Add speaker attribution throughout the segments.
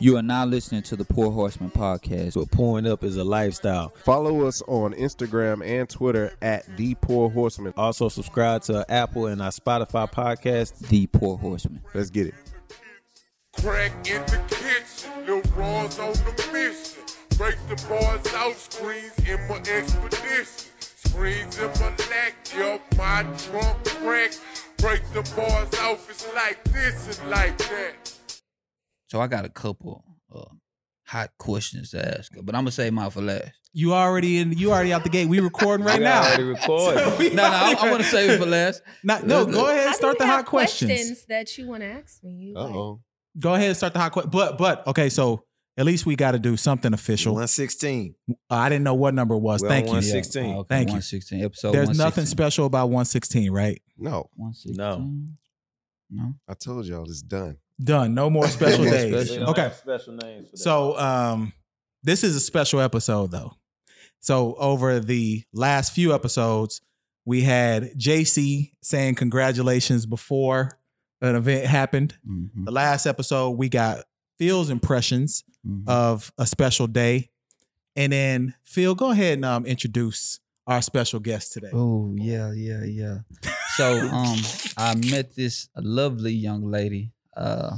Speaker 1: You are now listening to the Poor Horseman podcast.
Speaker 2: But pouring up is a lifestyle.
Speaker 3: Follow us on Instagram and Twitter at The Poor Horseman.
Speaker 2: Also, subscribe to our Apple and our Spotify podcast.
Speaker 1: The Poor Horseman.
Speaker 3: Let's get it.
Speaker 4: Crack in the kitchen, Lil Raw's on the mission. Break the bars out, screens in my expedition. Screens in my lack, yo, my trunk crack. Break the bars out, it's like this and like that.
Speaker 1: So I got a couple uh, hot questions to ask, her, but I'm gonna save mine for last.
Speaker 5: You already in. You already out the gate. We recording right
Speaker 2: We
Speaker 5: now.
Speaker 2: already recording.
Speaker 5: we
Speaker 1: No, no, I,
Speaker 5: already-
Speaker 1: I want to save it for last.
Speaker 5: Not- no, go ahead
Speaker 6: I
Speaker 5: and start
Speaker 6: do
Speaker 5: the
Speaker 6: have
Speaker 5: hot questions.
Speaker 6: that you want to ask me. You
Speaker 3: Uh oh.
Speaker 5: Go ahead and start the hot question. But but okay, so at least we got to do something official.
Speaker 2: 116.
Speaker 5: I didn't know what number it was.
Speaker 2: We're
Speaker 5: Thank
Speaker 2: on
Speaker 5: you.
Speaker 2: 116.
Speaker 1: Yeah, okay,
Speaker 5: Thank you.
Speaker 1: 116 episode.
Speaker 5: There's nothing
Speaker 1: 116.
Speaker 5: special about 116, right?
Speaker 3: No,
Speaker 1: 116. No.
Speaker 3: I told y'all it's done.
Speaker 5: Done. No more special
Speaker 1: more
Speaker 5: days.
Speaker 1: special.
Speaker 5: Okay.
Speaker 2: Special names.
Speaker 5: So um this is a special episode though. So over the last few episodes, we had JC saying congratulations before an event happened.
Speaker 1: Mhm,
Speaker 5: The last episode we got Phil's impressions
Speaker 1: mhm.
Speaker 5: of a special day. And then Phil, go ahead and um, introduce our special guest today.
Speaker 1: Oh yeah, yeah, yeah. So um, I met this lovely young lady. Uh,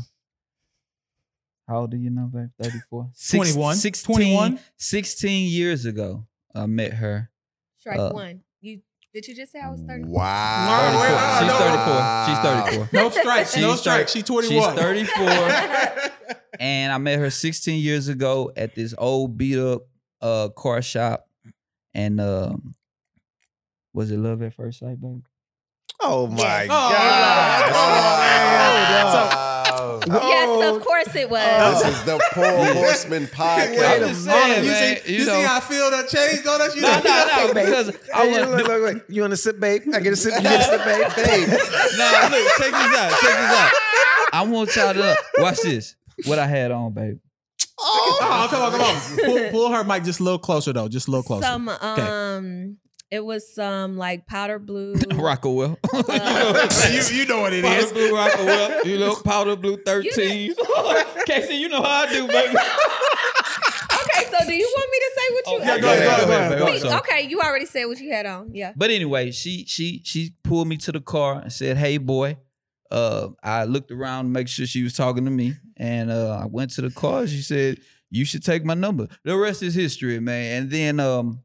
Speaker 1: how old are you now, babe? 34? Six-
Speaker 5: 21.
Speaker 1: 16,
Speaker 5: 21.
Speaker 1: 16 years ago, I met her.
Speaker 6: strike
Speaker 1: Uh,
Speaker 6: one. You did you just say I was thirty?
Speaker 3: Wow.
Speaker 1: 34.
Speaker 5: no,
Speaker 1: She's 34. She's
Speaker 5: no.
Speaker 1: 34.
Speaker 5: No strikes, no
Speaker 1: She's
Speaker 5: strikes.
Speaker 1: thir-
Speaker 5: She 21.
Speaker 1: She's 34. and I met her 16 years ago at this old beat up uh, car shop. And um, was it love at first sight, baby?
Speaker 3: Oh my
Speaker 6: Oh,
Speaker 3: God.
Speaker 5: Oh,
Speaker 6: wow. Yes, of course it was.
Speaker 3: this is the Poor Horseman
Speaker 1: Wait a
Speaker 3: podcast.
Speaker 1: minute. saying,
Speaker 5: you
Speaker 1: man,
Speaker 5: see,
Speaker 1: you
Speaker 5: you see
Speaker 1: know.
Speaker 5: how Phil that changed on us? You
Speaker 1: No,
Speaker 5: know-
Speaker 1: no, no,
Speaker 2: babe.
Speaker 1: because I
Speaker 2: Hey,
Speaker 1: was.
Speaker 2: look, look, look. You want to sip, babe? I get a sip. You get a sip, babe. Babe.
Speaker 1: Nah, look, check this out. Check this out. I want y'all to watch this. What I had on, baby.
Speaker 5: Oh, come on, come on. Pull, pull her mic just a little closer, though. Just a little closer.
Speaker 6: Some um, it was some like powder blue. uh,
Speaker 1: Rockawell.
Speaker 5: you, you know what it
Speaker 1: powder
Speaker 5: is.
Speaker 1: blue Rockawell. You know, powder blue 13.
Speaker 6: You
Speaker 1: Casey, you know how I do, baby.
Speaker 6: Okay, so do you want me to say what you?
Speaker 1: Oh, yeah,
Speaker 5: go ahead, go ahead, go ahead,
Speaker 6: Okay,
Speaker 5: go
Speaker 1: ahead.
Speaker 6: wait, okay, you already said what you had on. Yeah.
Speaker 1: But anyway, she she she pulled me to the car and said, "Hey, boy." Uh, I looked around to make sure she was talking to me, and uh, I went to the car. She said, "You should take my number." The rest is history, man. And then um,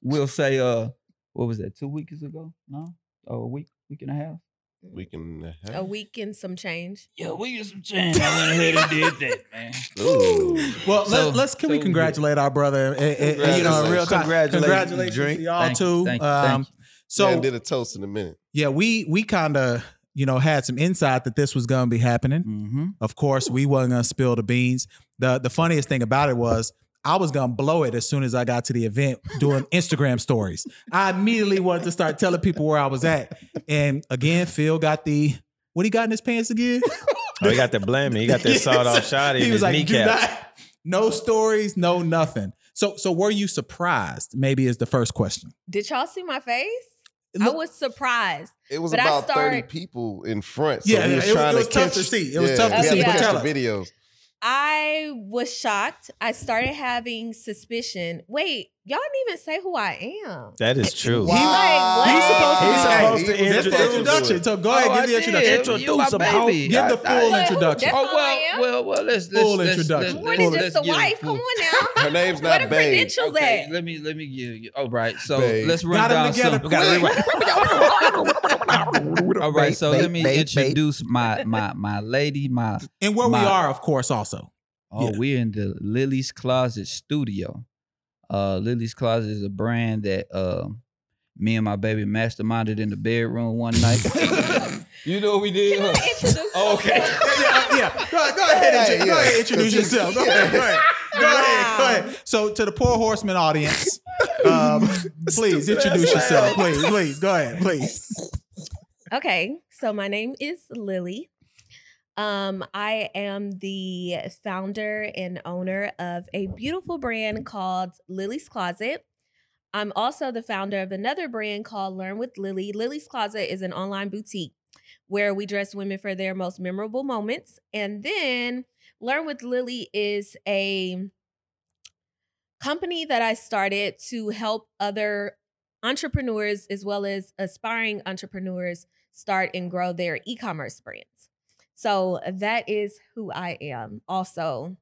Speaker 1: we'll say, uh, what was that? Two weeks ago? No, oh, a week, week and a half.
Speaker 3: We can. uh,
Speaker 6: A week and some change.
Speaker 1: Yeah, we get some change. I went ahead and did that, man.
Speaker 6: Oh.
Speaker 3: Ooh.
Speaker 5: Well,
Speaker 1: So-
Speaker 5: let, us can we
Speaker 1: so-
Speaker 5: congratulate our brother? And, and- and, you know, in real time.
Speaker 2: Congratulations.
Speaker 5: Congratulations
Speaker 2: Drink.
Speaker 5: to y'all
Speaker 1: Thank you,
Speaker 5: too.
Speaker 1: thank you,
Speaker 5: um,
Speaker 1: thank
Speaker 3: So,
Speaker 5: So
Speaker 3: did a toast in a minute.
Speaker 5: yeah, we we kind of you know had some insight that this was gonna be happening.
Speaker 1: Mm-hmm.
Speaker 5: Of course, we wasn't gonna spill the beans. the The funniest thing about it was I was gonna blow it as soon as I got to the event doing Instagram stories. I immediately wanted to start telling people where I was at. And again, Phil got the what he got in his pants again.
Speaker 2: Oh, he got that blaming. He got that sawed off shot in
Speaker 5: He was
Speaker 2: his
Speaker 5: like,
Speaker 2: kneecap.
Speaker 5: "Do not- no stories, no nothing. So, so were you surprised? Maybe is the first question.
Speaker 6: Did y'all see my face?
Speaker 5: Look-
Speaker 6: I was surprised.
Speaker 3: It was
Speaker 6: But I
Speaker 3: about 30
Speaker 6: started-
Speaker 3: people in front. So
Speaker 5: Yeah,
Speaker 3: we
Speaker 5: yeah,
Speaker 3: was
Speaker 5: it was-
Speaker 3: trying
Speaker 5: it was
Speaker 3: to
Speaker 5: tough
Speaker 3: catch
Speaker 5: to see. It was tough
Speaker 6: to
Speaker 3: we
Speaker 6: see,
Speaker 3: had
Speaker 6: but
Speaker 3: catch
Speaker 5: tell
Speaker 3: the videos.
Speaker 6: I was shocked. I started having suspicion. Wait, y'all didn't even say who I am.
Speaker 2: That is true.
Speaker 6: Wow. Like,
Speaker 5: He's supposed to-
Speaker 3: Wow.
Speaker 2: he's supposed to
Speaker 3: He was
Speaker 5: That's
Speaker 2: That's
Speaker 5: Oh. the
Speaker 2: the
Speaker 5: introduction. So go ahead,
Speaker 1: Oh,
Speaker 5: give the
Speaker 1: I did.
Speaker 5: introduction.
Speaker 1: You my baby.
Speaker 5: Give the
Speaker 1: I- I-
Speaker 5: full
Speaker 6: Well,
Speaker 5: introduction.
Speaker 6: that's-
Speaker 1: Oh
Speaker 6: all I
Speaker 1: well,
Speaker 6: am?
Speaker 1: well, well. Let's let's
Speaker 5: Full
Speaker 1: let's,
Speaker 5: introduction.
Speaker 1: Let's,
Speaker 6: What
Speaker 1: let's,
Speaker 6: is
Speaker 1: let's
Speaker 6: just a
Speaker 1: give
Speaker 6: wife?
Speaker 1: full-
Speaker 6: Come on now.
Speaker 3: Her name's
Speaker 6: Where
Speaker 3: not
Speaker 6: the
Speaker 3: Babe.
Speaker 6: credentials
Speaker 1: Okay,
Speaker 6: at?
Speaker 1: let me let me give you. All right, so
Speaker 3: Babe.
Speaker 1: let's run
Speaker 5: Got 'em
Speaker 1: down
Speaker 5: together
Speaker 1: some.
Speaker 5: quick.
Speaker 2: gotta rewrite.
Speaker 1: All right, so let me introduce my my my lady. My
Speaker 5: And where
Speaker 1: My-
Speaker 5: we are, of course, also.
Speaker 1: oh,
Speaker 5: Yeah.
Speaker 1: we're in the Lily's Closet studio. Uh, Lily's Closet is a brand that uh, me and my baby masterminded in the bedroom one night. you know what we did?
Speaker 6: Can I
Speaker 1: huh?
Speaker 6: introduce
Speaker 1: Okay.
Speaker 5: yeah, yeah. Go, go ahead, and
Speaker 3: Yeah,
Speaker 5: go
Speaker 3: yeah.
Speaker 5: ahead and introduce
Speaker 3: 'Cause he's-
Speaker 5: yourself. Go ahead, go ahead. Go ahead, go
Speaker 6: Wow.
Speaker 5: ahead. So to the poor horseman audience, um, please introduce yourself. Please, please, go ahead, please.
Speaker 6: Okay, so my name is Lily. Um, I am the founder and owner of a beautiful brand called Lily's Closet. I'm also the founder of another brand called Learn with Lily. Lily's Closet is an online boutique where we dress women for their most memorable moments. And then Learn with Lily is a company that I started to help other entrepreneurs as well as aspiring entrepreneurs start and grow their e commerce brands. So that is who I am. Also,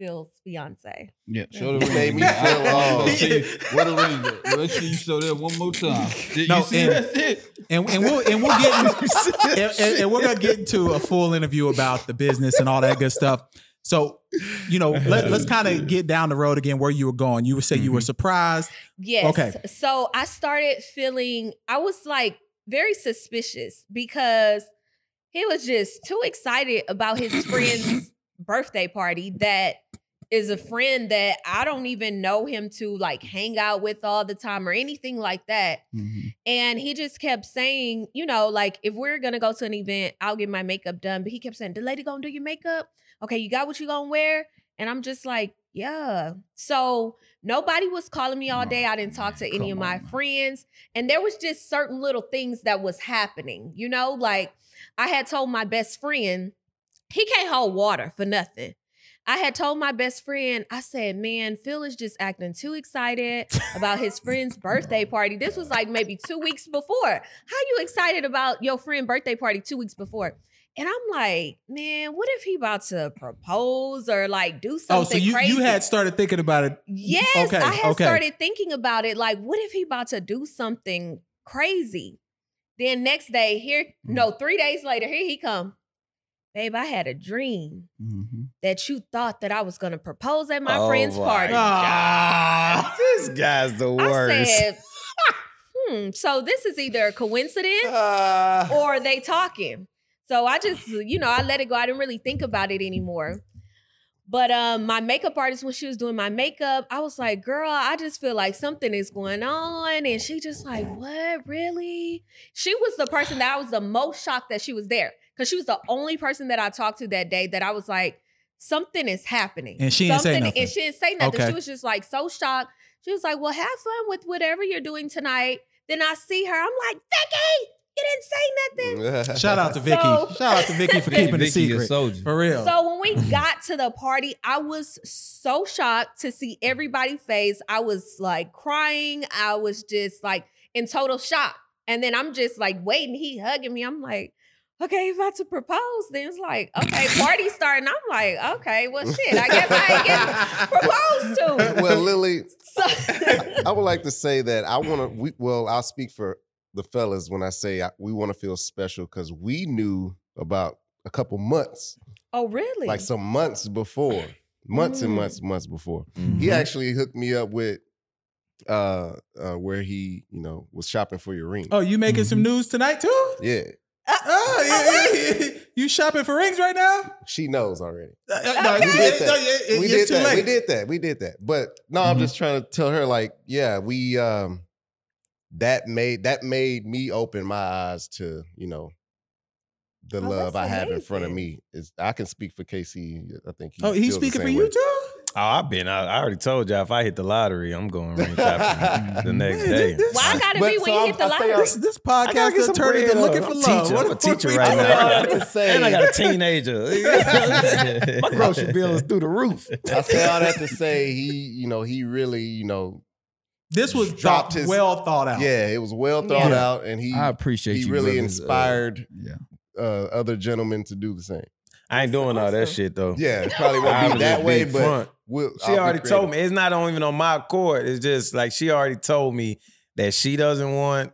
Speaker 6: Phil's fiance.
Speaker 1: Yeah,
Speaker 6: Yeah.
Speaker 1: show the
Speaker 3: You
Speaker 1: ring.
Speaker 3: made me
Speaker 1: I-
Speaker 3: feel
Speaker 1: I wanna
Speaker 3: old.
Speaker 1: see Where the ring? at? Let's see you show that one more time. Did
Speaker 5: No,
Speaker 1: you see
Speaker 5: and-
Speaker 1: that shit?
Speaker 5: and, and we'll and we'll get and, and- and we're gonna get into a full interview about the business and all that good stuff. So, you know, let, us kind of get down the road again where you were going. You would say
Speaker 7: Mm-hmm.
Speaker 5: you were surprised.
Speaker 6: Yes.
Speaker 5: Okay.
Speaker 6: So I started feeling I was like very suspicious because he was just too excited about his friend's birthday party that is a friend that I don't even know him to like hang out with all the time or anything like that.
Speaker 1: Mm-hmm,
Speaker 6: And he just kept saying, you know, like if we're gonna go to an event, I'll get my makeup done. But he kept saying, the lady gonna do your makeup. Okay, you got what you gonna wear? And I'm just like, yeah. So nobody was calling me all day. I didn't talk to any of
Speaker 1: Come
Speaker 6: my
Speaker 1: on.
Speaker 6: friends. And there was just certain little things that was happening, you know, like I had told my best friend, he can't hold water for nothing. I had told my best friend, I said, man, Phil is just acting too excited about his friend's birthday party. This was like maybe two weeks before. How you excited about your friend birthday party two weeks before? And I'm like, man, what if he about to propose or like do
Speaker 5: Oh,
Speaker 6: something
Speaker 5: so you
Speaker 6: crazy?
Speaker 5: you had started thinking about it.
Speaker 6: Yes,
Speaker 5: Okay,
Speaker 6: I had
Speaker 5: okay.
Speaker 6: started thinking about it. Like, what if he about to do something crazy? Then next day, here,
Speaker 5: Mm.
Speaker 6: no, three days later, here he come. Babe, I had a dream
Speaker 1: mm-hmm.
Speaker 6: that you thought that I was gonna propose at my
Speaker 2: Oh
Speaker 6: friend's
Speaker 2: my
Speaker 6: party.
Speaker 5: Ah,
Speaker 2: This guy's the
Speaker 6: I
Speaker 2: worst.
Speaker 6: said, hmm, so this is either a coincidence
Speaker 2: Uh,
Speaker 5: Ah.
Speaker 6: or they talking. So I just, you know, I let it go. I didn't really think about it anymore. But um, my makeup artist, when she was doing my makeup, I was like, girl, I just feel like something is going on. And she just like, what, really? She was the person that I was the most shocked that she was there. Cause she was the only person that I talked to that day that I was like, something is happening.
Speaker 5: And she didn't say
Speaker 6: something,
Speaker 5: nothing.
Speaker 6: And she didn't say nothing.
Speaker 5: Okay.
Speaker 6: She was just like so shocked. She was like, well, have fun with whatever you're doing tonight. Then I see her. I'm like, Vicky, you didn't say nothing.
Speaker 5: shout out to Vicky.
Speaker 6: So-
Speaker 5: shout out to Vicky for keeping
Speaker 1: Vicky
Speaker 5: the
Speaker 1: a
Speaker 5: secret.
Speaker 1: soldier.
Speaker 5: For real.
Speaker 6: So when we got to the party, I was so shocked to see everybody's face. I was like crying. I was just like in total shock. And then I'm just like waiting. He hugging me. I'm like, okay, he about to propose. Then it's like, okay, party starting. I'm like, okay, well shit. I guess I ain't getting proposed to.
Speaker 7: well, Lily,
Speaker 6: So
Speaker 7: I would like to say that I want to. We, well, I'll speak for the fellas when I say I, we want to feel special because we knew about a couple months,
Speaker 6: Oh really?
Speaker 7: like some months before, months and
Speaker 6: Mm.
Speaker 7: months, months before.
Speaker 8: Mm.
Speaker 7: He actually hooked me up with uh, uh where he, you know, was shopping for your ring.
Speaker 5: oh, you making some news tonight too?
Speaker 7: Yeah,
Speaker 5: Oh, yeah, yeah, yeah. You shopping for rings right now?
Speaker 7: she knows already.
Speaker 5: Uh, uh, no,
Speaker 7: We did
Speaker 5: it-
Speaker 7: that.
Speaker 5: no, it- it-
Speaker 7: we
Speaker 5: it's
Speaker 7: did
Speaker 5: too
Speaker 7: that.
Speaker 5: late.
Speaker 7: We did that. We did that. But no, I'm
Speaker 5: Mhm.
Speaker 7: just trying to tell her like, yeah, we um that made that made me open my eyes to, you know, the
Speaker 6: Oh,
Speaker 7: love I
Speaker 6: that's
Speaker 7: have in front of
Speaker 6: amazing.
Speaker 7: me. Is I can speak for KC. I think he
Speaker 5: Oh, he's
Speaker 7: feels the
Speaker 5: speaking for
Speaker 7: same
Speaker 5: you
Speaker 7: way.
Speaker 5: too?
Speaker 8: Oh, I've been. I, I already told y'all if I hit the lottery, I'm going ring shopping the next
Speaker 5: Man,
Speaker 8: day.
Speaker 5: this-
Speaker 6: Why gotta
Speaker 7: But
Speaker 6: be
Speaker 7: so
Speaker 6: when you
Speaker 7: I'm-
Speaker 6: hit the
Speaker 7: I say
Speaker 6: lottery?
Speaker 5: This, this podcast
Speaker 8: get
Speaker 5: is
Speaker 8: some
Speaker 5: turning
Speaker 8: bread
Speaker 5: to
Speaker 8: up.
Speaker 5: looking for
Speaker 8: I'm
Speaker 5: love.
Speaker 8: teacher.
Speaker 5: What
Speaker 8: I'm
Speaker 5: the
Speaker 8: a
Speaker 5: fuck
Speaker 8: teacher
Speaker 5: we
Speaker 8: right
Speaker 5: doing?
Speaker 8: now.
Speaker 7: I say all that to say
Speaker 8: And I got a teenager.
Speaker 1: My
Speaker 8: grocery bill is
Speaker 1: through the roof.
Speaker 7: I say all that to say he, you know, he really, you know,
Speaker 5: This was
Speaker 7: Dropped
Speaker 5: dropped
Speaker 7: his-
Speaker 5: well thought out.
Speaker 7: yeah, it was well thought
Speaker 5: Yeah.
Speaker 7: out and he
Speaker 1: I appreciate
Speaker 7: he
Speaker 1: you.
Speaker 7: really
Speaker 1: brothers. Uh,
Speaker 7: inspired
Speaker 1: yeah.
Speaker 7: uh, other gentlemen to do the same.
Speaker 8: I ain't doing all that
Speaker 6: Awesome.
Speaker 8: shit though.
Speaker 7: Yeah, it probably
Speaker 8: I
Speaker 7: won't
Speaker 8: was
Speaker 7: be
Speaker 8: just
Speaker 7: that way,
Speaker 8: being
Speaker 7: but
Speaker 8: front.
Speaker 7: we'll,
Speaker 8: she already told me it's not on- even on my court. It's just like she already told me that she doesn't want.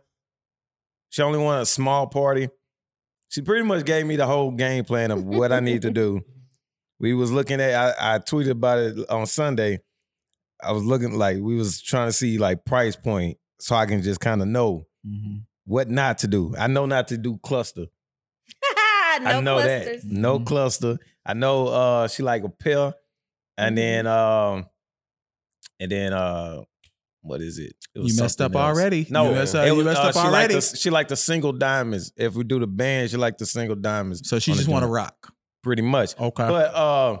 Speaker 8: She only want a small party. She pretty much gave me the whole game plan of what I need to do. We was looking at. I, I tweeted about it on Sunday. I was looking like we was trying to see like price point, so I can just kind of know
Speaker 1: Mm-hmm,
Speaker 8: what not to do. I know not to do cluster.
Speaker 6: no
Speaker 8: I know
Speaker 6: clusters.
Speaker 8: that. No
Speaker 5: Mm-hmm.
Speaker 1: Mhm.
Speaker 8: cluster. I know uh she like a pill.
Speaker 6: Mm-hmm.
Speaker 8: And then um and then uh what is it? It was
Speaker 5: You messed up
Speaker 8: something else.
Speaker 5: already.
Speaker 8: No,
Speaker 5: you messed up,
Speaker 8: it
Speaker 5: you
Speaker 8: was,
Speaker 5: messed
Speaker 8: uh,
Speaker 5: up
Speaker 8: she Like
Speaker 5: already.
Speaker 8: the, she like the single diamonds. If we do the band, she like the single diamonds.
Speaker 5: so she
Speaker 8: on the
Speaker 5: just Uh-huh. want to
Speaker 8: joint,
Speaker 5: rock.
Speaker 8: pretty much.
Speaker 5: Okay.
Speaker 8: But uh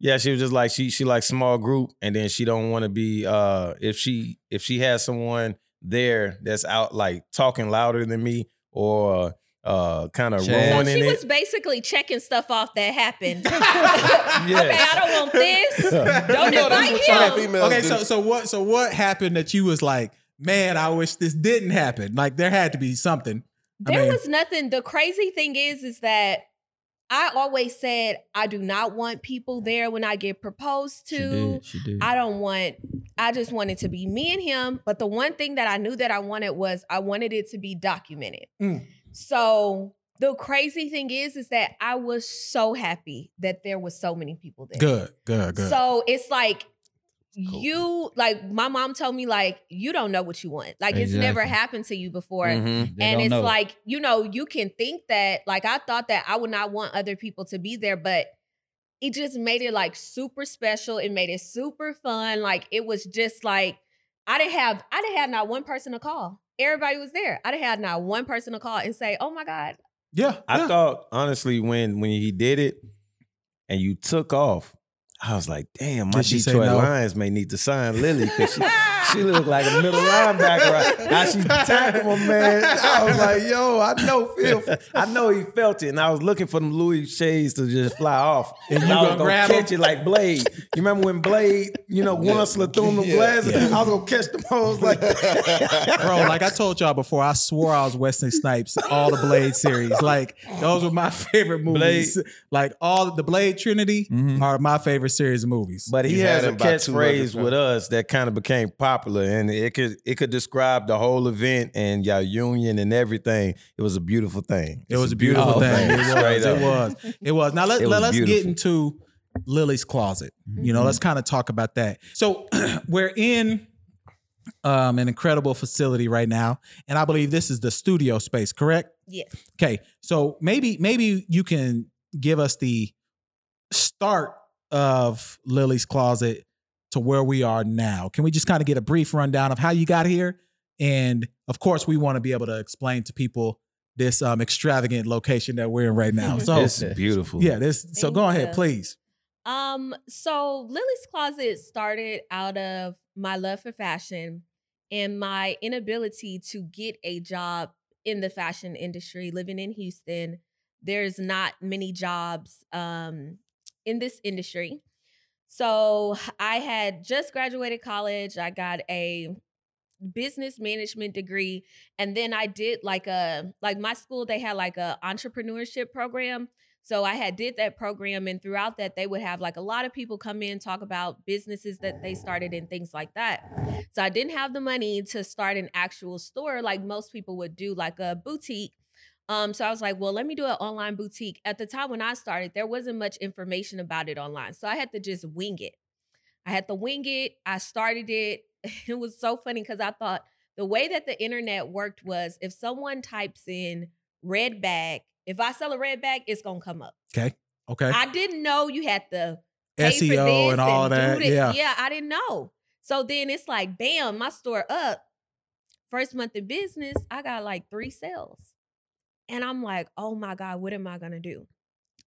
Speaker 8: yeah, she was just like she she like small group and then she don't want to be uh if she if she has someone there that's out like talking louder than me or uh kind of
Speaker 1: Yeah.
Speaker 6: So
Speaker 8: ruining
Speaker 6: she
Speaker 8: it.
Speaker 6: was basically checking stuff off that happened. Okay,
Speaker 1: Yes.
Speaker 6: I don't want this. Don't
Speaker 7: You know that's what y'all
Speaker 6: invite him.
Speaker 7: females
Speaker 5: Okay,
Speaker 7: do.
Speaker 5: so so what so what happened that you was like, man, I wish this didn't happen. Like there had to be something. I
Speaker 6: There
Speaker 5: mean-
Speaker 6: was nothing. The crazy thing is, is that I always said I do not want people there when I get proposed
Speaker 1: She
Speaker 6: to.
Speaker 1: did. She did.
Speaker 6: I don't want. I just wanted to be me and him. But the one thing that I knew that I wanted was I wanted it to be documented.
Speaker 5: Mm.
Speaker 6: So the crazy thing is, is that I was so happy that there was so many people there.
Speaker 5: Good, good, good.
Speaker 6: So it's like you like my mom told me like you don't know what you want. Like it's never
Speaker 1: Exactly. Mm-hmm.
Speaker 6: happened to you before.
Speaker 8: Mhm.
Speaker 1: They
Speaker 6: and
Speaker 1: don't
Speaker 6: it's
Speaker 1: know.
Speaker 6: like, you know, you can think that like I thought that I would not want other people to be there, but it just made it like super special. It made it super fun. Like it was just like I didn't have I didn't have not one person to call. Everybody was there. I didn't have not one person to call and say, "Oh my god,
Speaker 5: yeah.
Speaker 8: I
Speaker 5: yeah.
Speaker 8: thought honestly when when he did it and you took off, I was like, damn, my
Speaker 5: Did she say
Speaker 8: Detroit
Speaker 5: no?
Speaker 8: Lions may need to sign Lily because she, she looked like a middle linebacker. Right? How she tackled him, man. I was like, yo, I know Phil. I know he felt it, and I was looking for them Louis shades to just fly off,
Speaker 5: And you
Speaker 8: I was
Speaker 5: gonna grab
Speaker 8: catch it like Blade. You remember when Blade, you know, Winslow threw him the glasses? I was gonna catch them. I was like,
Speaker 5: Bro, like I told y'all before, I swore I was Wesley Snipes, all the Blade series. Like those were my favorite movies. Like all the Blade Trinity
Speaker 1: Mhm.
Speaker 5: are my favorite series of movies.
Speaker 8: Mm-hmm. But he,
Speaker 7: He
Speaker 8: has a
Speaker 7: had him by 200
Speaker 8: catchphrase with us that kind of became popular, and it could it could describe the whole event and your union and everything. It was a beautiful thing.
Speaker 5: It was a beautiful
Speaker 1: beautiful
Speaker 5: thing.
Speaker 1: thing.
Speaker 5: It
Speaker 8: Oh, Straight
Speaker 5: was.
Speaker 8: up.
Speaker 5: It was. It was. Now let,
Speaker 8: It
Speaker 5: let
Speaker 8: was
Speaker 5: us get
Speaker 8: beautiful. Mm-hmm.
Speaker 5: into Lily's closet. You know, let's kind of talk about that. So we're in um, an incredible facility right now, and I believe this is the studio space, correct?
Speaker 6: Yes.
Speaker 5: Okay. So maybe maybe you can give us the start of Lily's closet to where we are now. Can we just kind of get a brief rundown of how you got here? And of course, we want to be able to explain to people this um, extravagant location that we're in right now. So
Speaker 8: It's beautiful.
Speaker 5: yeah, this. So go
Speaker 6: Thank
Speaker 5: ahead,
Speaker 6: you.
Speaker 5: please.
Speaker 6: Um, so Lily's Closet started out of my love for fashion and my inability to get a job in the fashion industry living in Houston. There's not many jobs um in this industry. So I had just graduated college. I got a business management degree and then I did like a like my school they had like a entrepreneurship program so I had did that program, and throughout that, they would have like a lot of people come in talk about businesses that they started and things like that. So I didn't have the money to start an actual store like most people would do, like a boutique. Um, so I was like, well, let me do an online boutique. At the time when I started, there wasn't much information about it online, so I had to just wing it. I had to wing it. I started it. It was so funny because I thought the way that the internet worked was if someone types in red bag. If I sell a red bag, it's gonna come up.
Speaker 5: Okay.
Speaker 6: I didn't know you had to pay for
Speaker 5: SEO
Speaker 6: this
Speaker 5: E and all
Speaker 6: do
Speaker 5: that.
Speaker 6: thi-
Speaker 5: Yeah.
Speaker 6: yeah, I didn't know. So then it's like, bam, my store up. First month in business, I got like three sales, and I'm like, oh my god, what am I gonna do?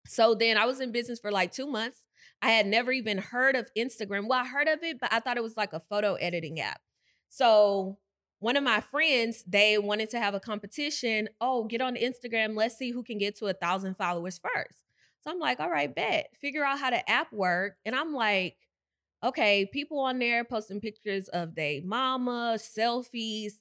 Speaker 6: So then I was in business for like two months. I had never even heard of Instagram. Well, I heard of it, but I thought it was like a photo editing app. So one of my friends, they wanted to have a competition. Oh, get on Instagram. Let's see who can get to a thousand followers first. So I'm like, all right, bet. Figure out how the app work. And I'm like, okay, people on there posting pictures of their mama, selfies.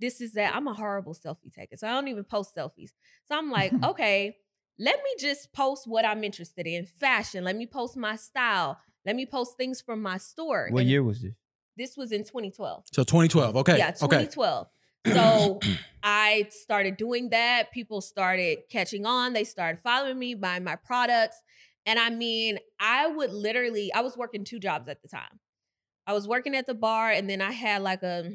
Speaker 6: This is that. I'm a horrible selfie taker. So I don't even post selfies. So I'm like, okay, let me just post what I'm interested in. Fashion. Let me post my style. Let me post things from my store.
Speaker 1: What
Speaker 6: And
Speaker 1: year was this?
Speaker 6: This was in 2012.
Speaker 5: So 2012. Okay.
Speaker 6: Yeah,
Speaker 5: okay.
Speaker 6: 2012. So I started doing that. People started catching on. They started following me, buying my products. And I mean, I would literally, I was working two jobs at the time. I was working at the bar, and then I had like a,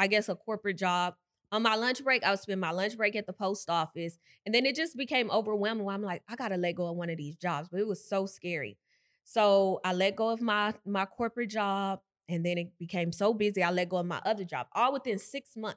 Speaker 6: I guess, a corporate job. On my lunch break, I would spend my lunch break at the post office. And then it just became overwhelming. where I'm like, I gotta let go of one of these jobs. But it was so scary. So I let go of my my corporate job. And then it became so busy, I let go of my other job, all within six months,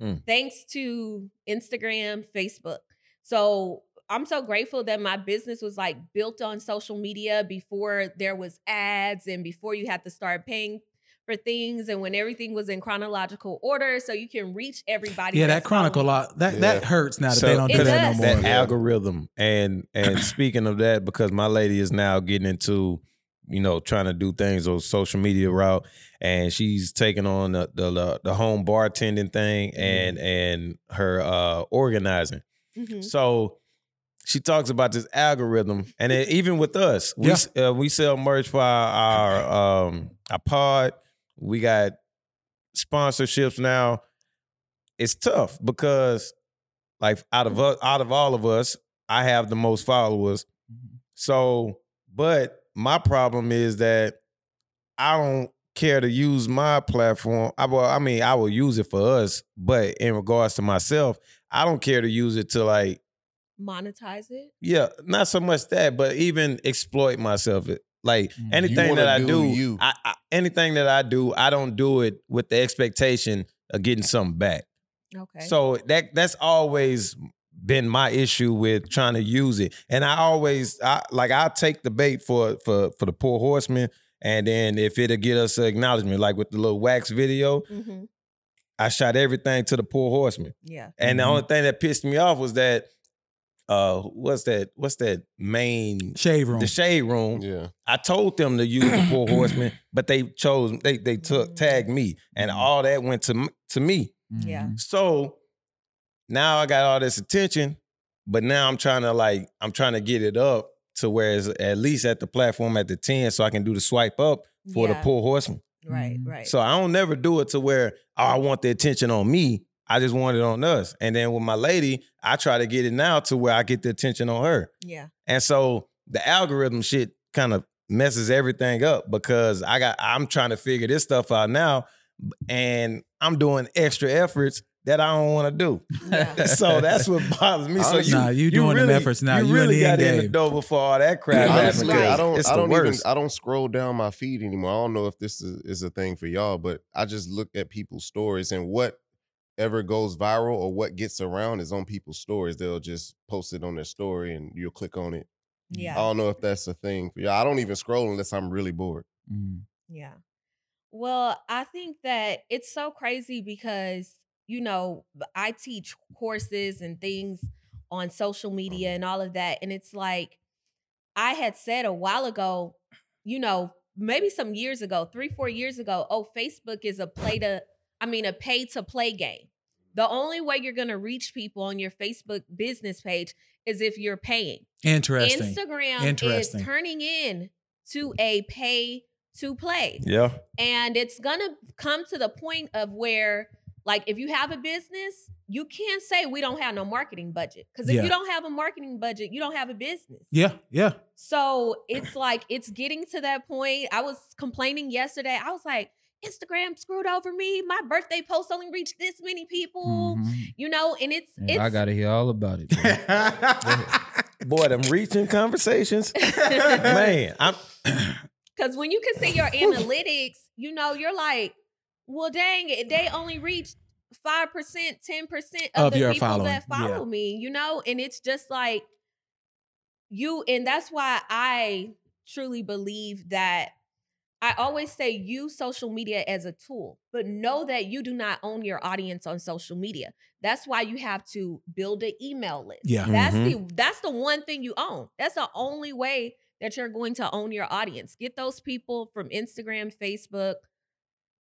Speaker 8: Mm.
Speaker 6: thanks to Instagram, Facebook. So I'm so grateful that my business was like built on social media before there was ads and before you had to start paying for things and when everything was in chronological order, so you can reach everybody.
Speaker 5: Yeah, that
Speaker 6: that's following-
Speaker 5: chronicle lot that that
Speaker 7: Yeah.
Speaker 5: hurts now that
Speaker 8: So-
Speaker 5: they don't
Speaker 6: It
Speaker 5: do that
Speaker 6: does.
Speaker 5: no
Speaker 8: that
Speaker 5: more.
Speaker 7: Yeah.
Speaker 8: algorithm and and speaking of that because my lady is now getting into you know trying to do things on social media route and she's taking on the the, the, the home bartending thing
Speaker 5: Mm-hmm.
Speaker 8: and and her uh organizing
Speaker 6: Mhm.
Speaker 8: so she talks about this algorithm, and it, even with us, we uh, we sell merch for our, our um our pod. We got sponsorships now. It's tough because, like, out of us, out of all of us, I have the most followers. So, but my problem is that I don't care to use my platform. I well, I mean, I will use it for us, but in regards to myself, I don't care to use it to like
Speaker 6: Monetize it.
Speaker 8: yeah, not so much that, but even exploit myself. It- Like
Speaker 5: Mm. You
Speaker 8: anything
Speaker 7: wanna
Speaker 8: that I
Speaker 7: do
Speaker 8: do,
Speaker 7: you.
Speaker 8: I, I, anything that I do, I don't do it with the expectation of getting something back.
Speaker 6: Okay.
Speaker 8: So that that's always been my issue with trying to use it, and I always I like I take the bait for for for the poor horseman, and then if it'll get us an acknowledgement, like with the little wax video,
Speaker 6: hmm
Speaker 8: I shot everything to the poor horseman.
Speaker 6: Yeah.
Speaker 8: And
Speaker 5: Mhm.
Speaker 8: the only thing that pissed me off was that uh what's that what's that main
Speaker 5: Shave room.
Speaker 8: the shade room.
Speaker 7: Yeah.
Speaker 8: I told them to use the poor horseman, but they chose they they took tagged me and all that went to m- to me.
Speaker 6: Yeah.
Speaker 8: So now I got all this attention, but now I'm trying to like I'm trying to get it up to where it's at least at the platform at the 10 so I can do the swipe up for the
Speaker 6: Yeah.
Speaker 8: poor horseman.
Speaker 6: Right. Right.
Speaker 8: So I don't never do it to where oh, I want the attention on me. I just want it on us. And then with my lady, I try to get it now to where I get the attention on her.
Speaker 6: yeah.
Speaker 8: And so the algorithm shit kind of messes everything up because I got I'm trying to figure this stuff out now and I'm doing extra efforts that I don't want to
Speaker 6: Yeah.
Speaker 8: do. so that's what bothers me. So you,
Speaker 5: Oh, Nah, you doing them
Speaker 8: really,
Speaker 5: efforts now. You
Speaker 8: You
Speaker 5: in
Speaker 8: really
Speaker 5: the
Speaker 8: got
Speaker 5: end
Speaker 8: in the
Speaker 5: game.
Speaker 8: door before all that crap. happened,
Speaker 7: Honestly,
Speaker 8: because
Speaker 7: I don't.
Speaker 8: It's
Speaker 7: I
Speaker 8: the
Speaker 7: don't even.
Speaker 8: worst.
Speaker 7: I don't scroll down my feed anymore. I don't know if this is, is a thing for y'all, but I just look at people's stories and what ever goes viral or what gets around is on people's stories. They'll just post it on their story and you'll click on it.
Speaker 6: Yeah.
Speaker 8: Oh,
Speaker 7: I don't know if that's a thing for y'all. I don't even scroll unless I'm really bored.
Speaker 5: Mm-hmm.
Speaker 6: Yeah. Well, I think that it's so crazy because, you know, b- I teach courses and things on social
Speaker 5: Mm-hmm.
Speaker 6: media and all of that. And it's like, I had said a while ago, you know, maybe some years ago, three, four years ago, oh, Facebook is a play to, I mean, a pay to play game. The only way you're going to reach people on your Facebook business page is if you're paying.
Speaker 5: Interesting.
Speaker 6: Instagram
Speaker 5: Interesting.
Speaker 6: is turning in to a pay to play.
Speaker 8: Yeah.
Speaker 6: And it's gonna come to the point of where, like, if you have a business, you can't say we don't have no marketing budget. Because if
Speaker 5: Yeah.
Speaker 6: you don't have a marketing budget, you don't have a business.
Speaker 5: yeah, yeah.
Speaker 6: So it's like it's getting to that point. I was complaining yesterday. I was like, Instagram screwed over me. My birthday post only reached this many people.
Speaker 5: Mm-hmm.
Speaker 6: You know, and it's
Speaker 1: And
Speaker 6: it's
Speaker 1: Mm-hmm. I gotta hear all about it. bro.
Speaker 8: Boy, them reaching conversations. Man, I'm
Speaker 6: Because when you can see your analytics, you know, you're like, well, dang it, they only reached 5%, 10% of,
Speaker 5: Of
Speaker 6: the
Speaker 5: your
Speaker 6: people
Speaker 5: following,
Speaker 6: that follow
Speaker 5: yeah.
Speaker 6: me, you know? And it's just like, you, and that's why I truly believe that I always say use social media as a tool, but know that you do not own your audience on social media. That's why you have to build an email list.
Speaker 5: Yeah.
Speaker 6: That's
Speaker 1: Mm-hmm.
Speaker 6: the that's the one thing you own. That's the only way that you're going to own your audience. Get those people from Instagram, Facebook,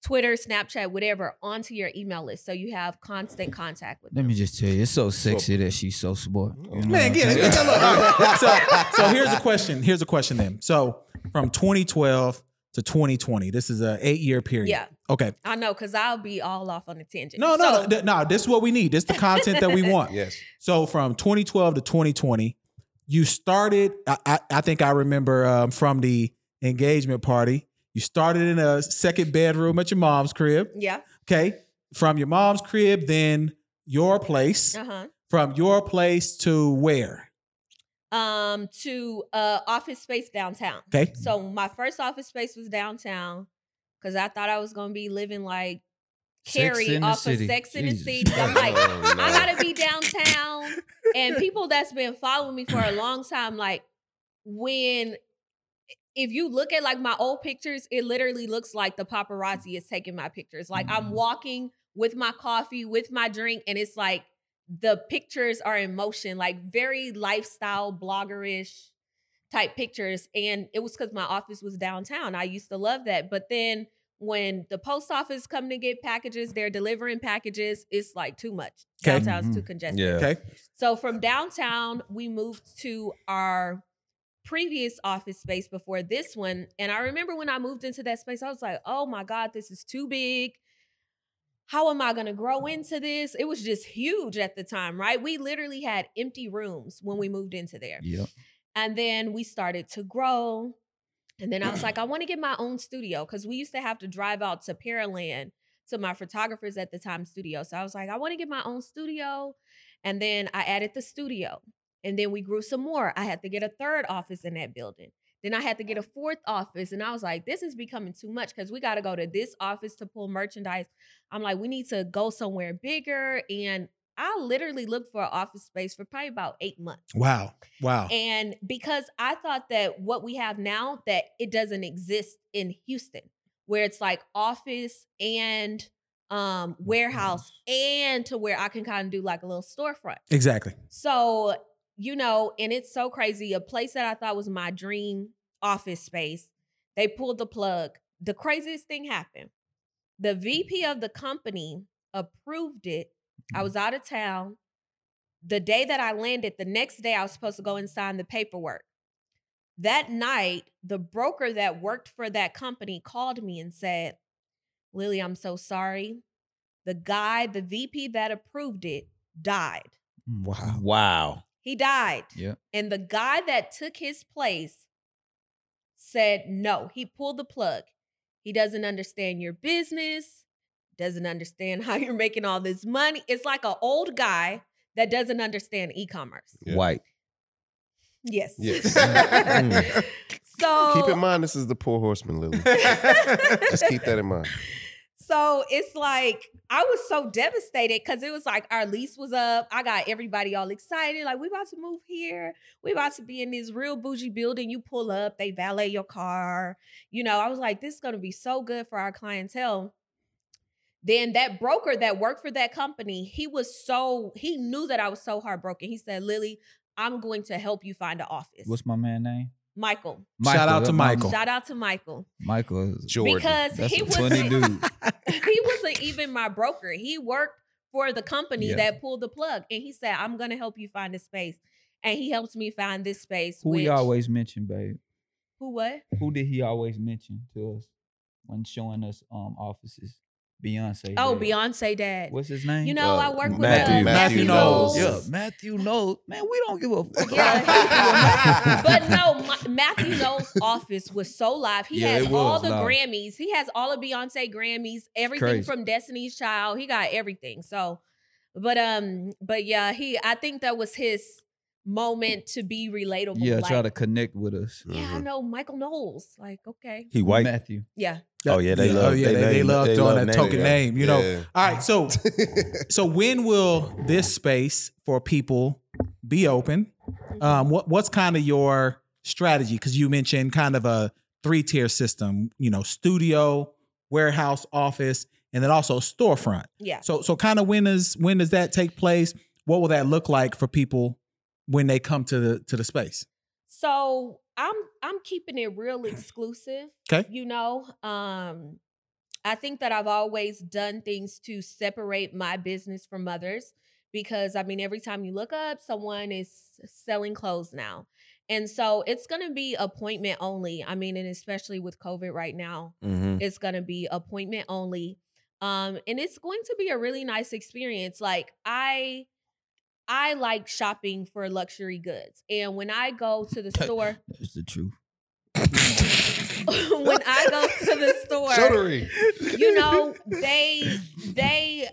Speaker 6: Twitter, Snapchat, whatever, onto your email list so you have constant contact with
Speaker 1: Let
Speaker 6: them.
Speaker 1: me just tell you, it's so sexy that she's so smart. You know
Speaker 5: Man,
Speaker 1: what I'm
Speaker 5: get
Speaker 1: saying?
Speaker 5: it. Get your look. So, so here's a question. Here's a question then. So from 2012 to 2020, this is a eight year period.
Speaker 6: Yeah.
Speaker 5: Okay.
Speaker 6: I know, because I'll be all off on a tangent.
Speaker 5: No, no,
Speaker 6: So-
Speaker 5: no, no. This is what we need. This is the content that we want.
Speaker 7: Yes.
Speaker 5: So from 2012 to 2020, you started. I, I, I think I remember um, from the engagement party. You started in a second bedroom at your mom's crib.
Speaker 6: yeah.
Speaker 5: Okay, from your mom's crib, then your place.
Speaker 6: Uh-huh.
Speaker 5: From your place to where?
Speaker 6: Um, to uh office space downtown.
Speaker 5: Okay.
Speaker 6: So my first office space was downtown because I thought I was gonna be living like
Speaker 1: Sex
Speaker 6: Carrie
Speaker 1: in the
Speaker 6: off
Speaker 1: City.
Speaker 6: of Sex in
Speaker 1: Jesus
Speaker 6: the City. I'm
Speaker 1: Christ.
Speaker 6: like,
Speaker 8: mm,
Speaker 6: I gotta be downtown. And people that's been following me for a long time, like when if you look at like my old pictures, it literally looks like the paparazzi is taking my pictures. Like I'm walking with my coffee, with my drink, and it's like the pictures are in motion, like very lifestyle bloggerish type pictures. And it was because my office was downtown. I used to love that. But then when the post office come to get packages, they're delivering packages. It's like too much.
Speaker 5: Okay.
Speaker 6: Downtown's too
Speaker 1: Mhm.
Speaker 6: congested.
Speaker 8: Yeah.
Speaker 5: Okay.
Speaker 6: So from downtown, we moved to our previous office space before this one. And I remember when I moved into that space, I was like, oh my God, this is too big. How am I going to grow into this? It was just huge at the time, right? We literally had empty rooms when we moved into there.
Speaker 1: Yep.
Speaker 6: And then we started to grow. And then I was like, I want to get my own studio because we used to have to drive out to Pearland to my photographer's at the time studio. So I was like, I want to get my own studio. And then I added the studio. And then we grew some more. I had to get a third office in that building. Then I had to get a fourth office. And I was like, this is becoming too much because we got to go to this office to pull merchandise. I'm like, we need to go somewhere bigger. And I literally looked for an office space for probably about eight months.
Speaker 5: Wow. Wow.
Speaker 6: And because I thought that what we have now that it doesn't exist in Houston, where it's like office and um
Speaker 1: Mm-hmm.
Speaker 6: warehouse and to where I can kind of do like a little storefront.
Speaker 5: Exactly.
Speaker 6: So, you know, and it's so crazy. A place that I thought was my dream office space, they pulled the plug. The craziest thing happened. The VP of the company approved it. I was out of town. The day that I landed, the next day I was supposed to go and sign the paperwork. That night, the broker that worked for that company called me and said, Lily, I'm so sorry. The guy, the VP that approved it, died.
Speaker 1: Mm.
Speaker 5: Wow.
Speaker 8: Wow.
Speaker 6: He died.
Speaker 1: Yep.
Speaker 6: And the guy that took his place said, no, he pulled the plug. He doesn't understand your business, doesn't understand how you're making all this money. It's like an old guy that doesn't understand e commerce.
Speaker 7: Yeah.
Speaker 8: White.
Speaker 6: Yes.
Speaker 7: Yes.
Speaker 6: so
Speaker 7: Keep in mind, this is the poor horseman, Lily. Just keep that in mind.
Speaker 6: So it's like I was so devastated because it was like our lease was up. I got everybody all excited, like we about to move here. We about to be in this real bougie building. You pull up, they valet your car. You know, I was like, this is gonna be so good for our clientele. Then that broker that worked for that company, he was so he knew that I was so heartbroken. He said, "Lily, I'm going to help you find an office."
Speaker 1: What's my man name?
Speaker 6: Michael?
Speaker 5: Shout out to
Speaker 1: that-
Speaker 5: Michael.
Speaker 6: Shout out to Michael
Speaker 1: Michael.
Speaker 7: Jordan.
Speaker 6: because
Speaker 1: That's
Speaker 6: he
Speaker 1: a
Speaker 6: was
Speaker 1: funny dude.
Speaker 6: he wasn't even my broker. He worked for the company
Speaker 1: Yeah.
Speaker 6: that pulled the plug, and he said, "I'm gonna help you find a space," and he helped me find this space.
Speaker 1: Who he
Speaker 6: which-
Speaker 1: always mentioned, babe?
Speaker 6: who what?
Speaker 1: Who did he always mention to us when showing us um offices? Beyonce.
Speaker 6: Oh,
Speaker 1: dad.
Speaker 6: Beyonce dad.
Speaker 1: What's his name?
Speaker 6: You know,
Speaker 7: Uh,
Speaker 6: I work with
Speaker 7: Matthew-
Speaker 6: uh,
Speaker 7: Matthew
Speaker 5: Knowles.
Speaker 1: Yeah, Matthew knows. Man, we don't give a fuck.
Speaker 6: Yeah. but no, Ma- Matthew Knowles' office was so live. He
Speaker 1: Yeah,
Speaker 6: has
Speaker 1: it
Speaker 6: all
Speaker 1: was
Speaker 6: the
Speaker 1: live.
Speaker 6: Grammys. He has all of Beyonce Grammys, everything
Speaker 1: Crazy.
Speaker 6: from Destiny's Child. He got everything. So, but um, but yeah, he. I think that was his moment to be relatable.
Speaker 1: yeah,
Speaker 6: like,
Speaker 1: try to Mm-hmm. connect with us.
Speaker 6: Yeah, I
Speaker 7: Mhm.
Speaker 6: know Michael Knowles. Like, okay,
Speaker 8: He white.
Speaker 1: Matthew.
Speaker 6: yeah,
Speaker 8: Oh, yeah, they love-
Speaker 5: Oh yeah,
Speaker 8: they
Speaker 5: they, they
Speaker 8: name-
Speaker 5: love
Speaker 8: they
Speaker 5: throwing
Speaker 8: love
Speaker 5: that
Speaker 8: name,
Speaker 5: token
Speaker 8: yeah.
Speaker 5: name. You know.
Speaker 7: Yeah.
Speaker 5: All right. So so when will this space for people be open? Um, what what's kind of your strategy? Because you mentioned kind of a three tier system. You know, studio, warehouse, office, and then also storefront.
Speaker 6: yeah.
Speaker 5: So so kind of when is when does that take place? What will that look like for people when they come to the to the space?
Speaker 6: So I'm I'm keeping it real exclusive.
Speaker 5: 'Kay.
Speaker 6: You know, um, I think that I've always done things to separate my business from others because I mean, every time you look up, someone is selling clothes now. And so it's gonna be appointment only. I mean, and especially with COVID right now,
Speaker 8: Mm-hmm.
Speaker 6: it's going to be appointment only. Um and it's going to be a really nice experience. Like I I like shopping for luxury goods. And when I go to the store,
Speaker 1: That's the truth.
Speaker 6: when I go to the store,
Speaker 7: Shuddery.
Speaker 6: you know they they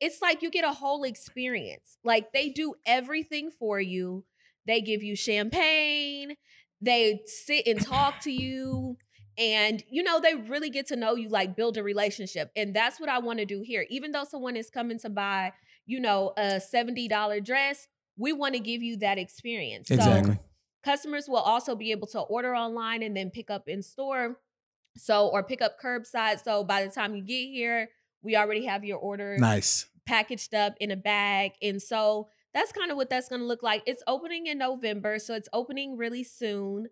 Speaker 6: it's like you get a whole experience like they do everything for you they give you champagne they sit and talk to you and you know they really get to know you like build a relationship and that's what i want to do here even though someone is coming to buy you know a $70 dress we want to give you that experience so Customers will also be able to order online and then pick up in store. So, or pick up curbside. So, by the time you get here, we already have your order
Speaker 5: Nice.
Speaker 6: packaged up in a bag. And so that's kind of what that's going to look like. It's opening in November, so it's opening really soon.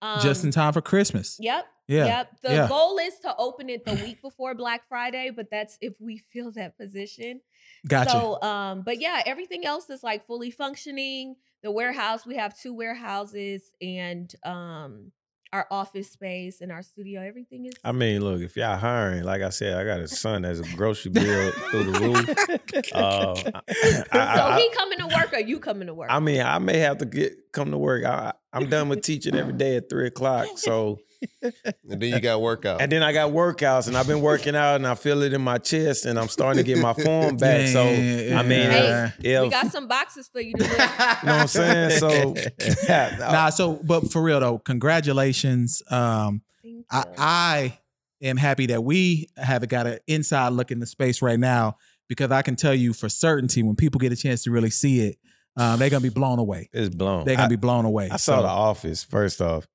Speaker 6: Um,
Speaker 5: Just in time for Christmas.
Speaker 6: Yep.
Speaker 5: Yeah.
Speaker 6: Yep. The
Speaker 5: yeah.
Speaker 6: goal is to open it the week before Black Friday, but that's if we fill that position.
Speaker 5: Gotcha.
Speaker 6: So, um, but yeah, everything else is like fully functioning. The warehouse, we have two warehouses and um our office space and our studio. Everything is
Speaker 8: I mean, look, if y'all hiring, like I said, I got a son that's a grocery bill through the roof. Uh, I, I,
Speaker 6: so
Speaker 8: I-
Speaker 6: he coming to work or you coming to work?
Speaker 8: I mean, I may have to get come to work. I, I'm done with teaching every day at three o'clock. So,
Speaker 7: And then you got workout.
Speaker 8: and then I got workouts, and I've been working out, and I feel it in my chest, and I'm starting to get my form back.
Speaker 5: Yeah,
Speaker 8: so,
Speaker 5: yeah, yeah,
Speaker 8: I mean,
Speaker 5: yeah.
Speaker 8: if, if
Speaker 6: we got some boxes for you to look
Speaker 8: you know what I'm saying, so yeah,
Speaker 5: nah, so but for real though, congratulations. Um,
Speaker 6: Thank
Speaker 5: I,
Speaker 6: you.
Speaker 5: I am happy that we have got an inside look in the space right now because I can tell you for certainty when people get a chance to really see it, um, they're gonna be blown away.
Speaker 8: it's blown.
Speaker 5: They're
Speaker 8: I-
Speaker 5: gonna be blown away.
Speaker 8: I saw
Speaker 5: So,
Speaker 8: The Office first off,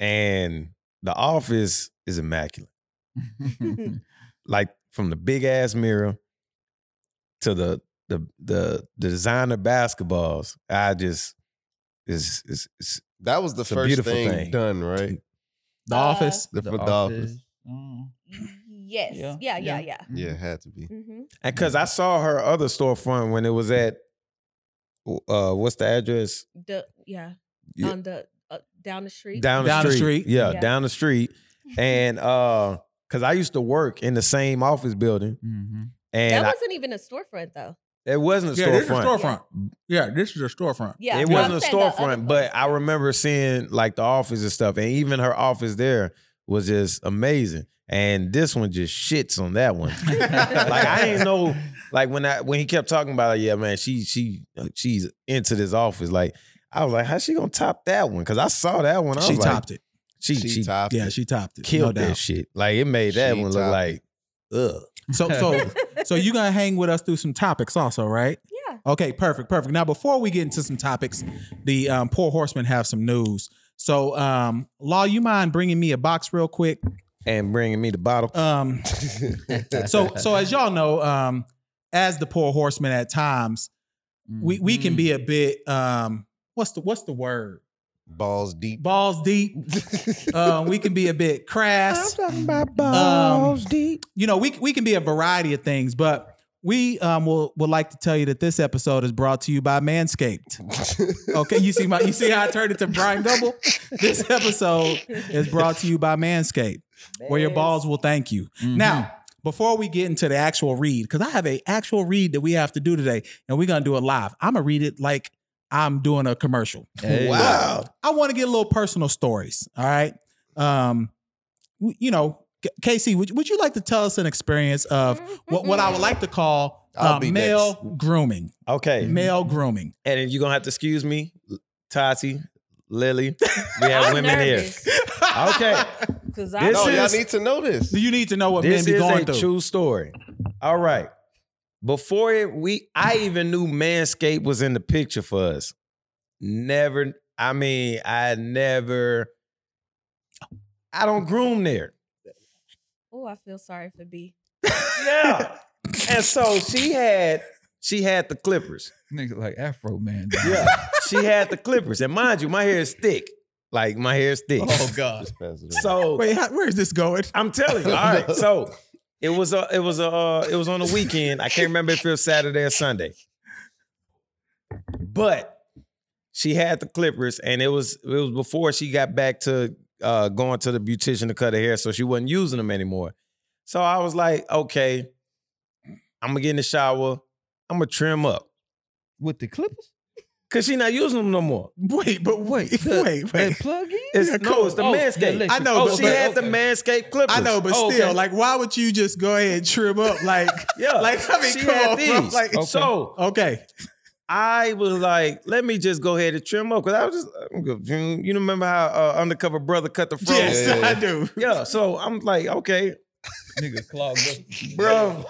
Speaker 8: and The Office is immaculate. Like from the big ass mirror to the the the, the designer basketballs, I just is is is
Speaker 7: that was the
Speaker 8: It's a
Speaker 7: first
Speaker 8: beautiful
Speaker 7: thing,
Speaker 8: thing.
Speaker 7: done, right?
Speaker 5: the
Speaker 6: Uh,
Speaker 5: office.
Speaker 7: The,
Speaker 1: The
Speaker 7: for the office.
Speaker 1: Mm.
Speaker 6: Yes. Yeah.
Speaker 1: Yeah.
Speaker 6: Yeah. Yeah.
Speaker 1: Yeah.
Speaker 7: Yeah, it had to be.
Speaker 6: hmm
Speaker 8: and cause I saw her other storefront when it was at uh what's the address?
Speaker 6: The yeah.
Speaker 8: Yeah.
Speaker 6: On the uh, down the street.
Speaker 8: Down the,
Speaker 5: Down the
Speaker 8: street.
Speaker 5: street.
Speaker 8: Yeah,
Speaker 6: Yeah.
Speaker 8: down the street. And uh cause I used to work in the same office building
Speaker 1: Mhm.
Speaker 8: and
Speaker 6: that
Speaker 8: I-
Speaker 6: wasn't even a storefront though.
Speaker 8: it wasn't a
Speaker 5: Yeah,
Speaker 8: storefront.
Speaker 5: this is a storefront. Yeah, this is a storefront.
Speaker 6: Yeah.
Speaker 8: it
Speaker 6: but I'm
Speaker 8: wasn't a
Speaker 6: saying the other
Speaker 8: storefront,
Speaker 6: place.
Speaker 8: but I remember seeing like the office and stuff, and even her office there was just amazing. And this one just shits on that one.
Speaker 1: Mm-hmm.
Speaker 8: like I didn't know, like when I when he kept talking about, like, yeah, man, she she uh, she's into this office. Like I was like, how's she gonna top that one? Because I saw that one. I
Speaker 5: She
Speaker 8: was like,
Speaker 5: topped it.
Speaker 8: She
Speaker 7: She,
Speaker 8: she,
Speaker 7: topped
Speaker 5: Yeah,
Speaker 7: it.
Speaker 5: she topped it.
Speaker 8: killed
Speaker 5: no
Speaker 8: that
Speaker 5: doubt.
Speaker 8: shit. Like it made that
Speaker 7: She
Speaker 8: one look
Speaker 7: topped
Speaker 8: like ugh.
Speaker 5: So so so you gonna hang with us through some topics also, right?
Speaker 6: yeah.
Speaker 5: Okay, perfect, perfect. Now, before we get into some topics, the um, poor horsemen have some news. So, um, Law, you mind bringing me a box real quick?
Speaker 8: And bringing me the bottle.
Speaker 5: Um, so, so as y'all know, um, as the poor horsemen, at times we we
Speaker 8: Mm-hmm.
Speaker 5: can be a bit um, what's the what's the word?
Speaker 7: Balls deep.
Speaker 5: Balls deep. Um, we can be a bit crass.
Speaker 8: talking about
Speaker 5: balls
Speaker 8: deep.
Speaker 5: you know, we we can be a variety of things, but we um will would like to tell you that this episode is brought to you by Manscaped. Okay, you see my you see how I turned it to Brian Double? This episode is brought to you by Manscaped, where your balls will thank you.
Speaker 1: Mhm.
Speaker 5: Now, before we get into the actual read, because I have a actual read that we have to do today, and we're gonna do it live. I'm gonna read it like I'm doing a commercial.
Speaker 1: Hey.
Speaker 8: Wow.
Speaker 5: I want to get a little personal stories. All right. Um, w- you know, K- Casey, would, would you like to tell us an experience of
Speaker 6: Mm-hmm.
Speaker 5: what, what I would like to call
Speaker 7: I'll
Speaker 5: uh,
Speaker 7: be
Speaker 5: male grooming?
Speaker 8: Okay.
Speaker 5: Male grooming.
Speaker 8: And then you're gonna have to excuse me, Tati, Lily. We have
Speaker 6: I'm
Speaker 8: women here.
Speaker 6: nervous,
Speaker 8: Okay. This
Speaker 6: Cause
Speaker 7: no,
Speaker 6: I
Speaker 7: Oh, y'all
Speaker 8: is-
Speaker 7: need to know this.
Speaker 5: Do you need to know what
Speaker 8: this
Speaker 5: men be
Speaker 8: is
Speaker 5: going
Speaker 8: a
Speaker 5: through?
Speaker 8: true story. All right. Before it, we I even knew Manscaped was in the picture for us. Never, I mean, I never I don't groom there.
Speaker 6: oh, I feel sorry for B.
Speaker 8: Yeah. and so she had she had the clippers.
Speaker 1: Nigga like Afro man.
Speaker 8: Yeah. she had the clippers. And mind you, my hair is thick. Like my hair is thick.
Speaker 5: Oh God!
Speaker 7: Just pass it over.
Speaker 8: So
Speaker 5: Wait, how, where is this going?
Speaker 8: I'm telling you. All right. So it was a it was a uh, it was on a weekend. I can't remember if it was Saturday or Sunday. But she had the clippers, and it was it was before she got back to uh, going to the beautician to cut her hair, so she wasn't using them anymore. So I was like, okay, I'm gonna get in the shower. I'm gonna trim up
Speaker 1: With the clippers?
Speaker 8: because she not using them no more.
Speaker 5: Wait, but wait, wait,
Speaker 1: They
Speaker 5: wait.
Speaker 1: plug in?
Speaker 8: It's, no,
Speaker 1: cool.
Speaker 8: it's the
Speaker 1: Oh, the
Speaker 8: manscape.
Speaker 1: electric-
Speaker 5: I know,
Speaker 8: Oh,
Speaker 5: but-
Speaker 8: she
Speaker 5: but-
Speaker 8: had the
Speaker 1: man.
Speaker 8: manscape clippers.
Speaker 5: I know, but
Speaker 1: Oh, okay.
Speaker 5: still, like, why would you just go ahead and trim up? Like,
Speaker 8: yeah,
Speaker 5: like I mean,
Speaker 8: she
Speaker 5: come
Speaker 8: had
Speaker 5: on, bro.
Speaker 8: these.
Speaker 5: Like,
Speaker 1: Okay.
Speaker 8: So
Speaker 5: okay,
Speaker 8: I was like, let me just go ahead and trim up because I was just, I'm good. you remember how uh, Undercover Brother cut the fro?
Speaker 5: yes,
Speaker 7: yeah,
Speaker 5: I
Speaker 7: yeah.
Speaker 5: do.
Speaker 8: Yeah, so I'm like, okay,
Speaker 1: Nigga clogged up.
Speaker 8: bro.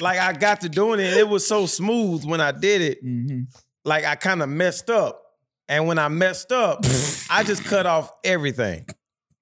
Speaker 8: like I got to doing it, and it was so smooth when I did it.
Speaker 1: Mm-hmm.
Speaker 8: Like I kind of messed up, And when I messed up, I just cut off everything.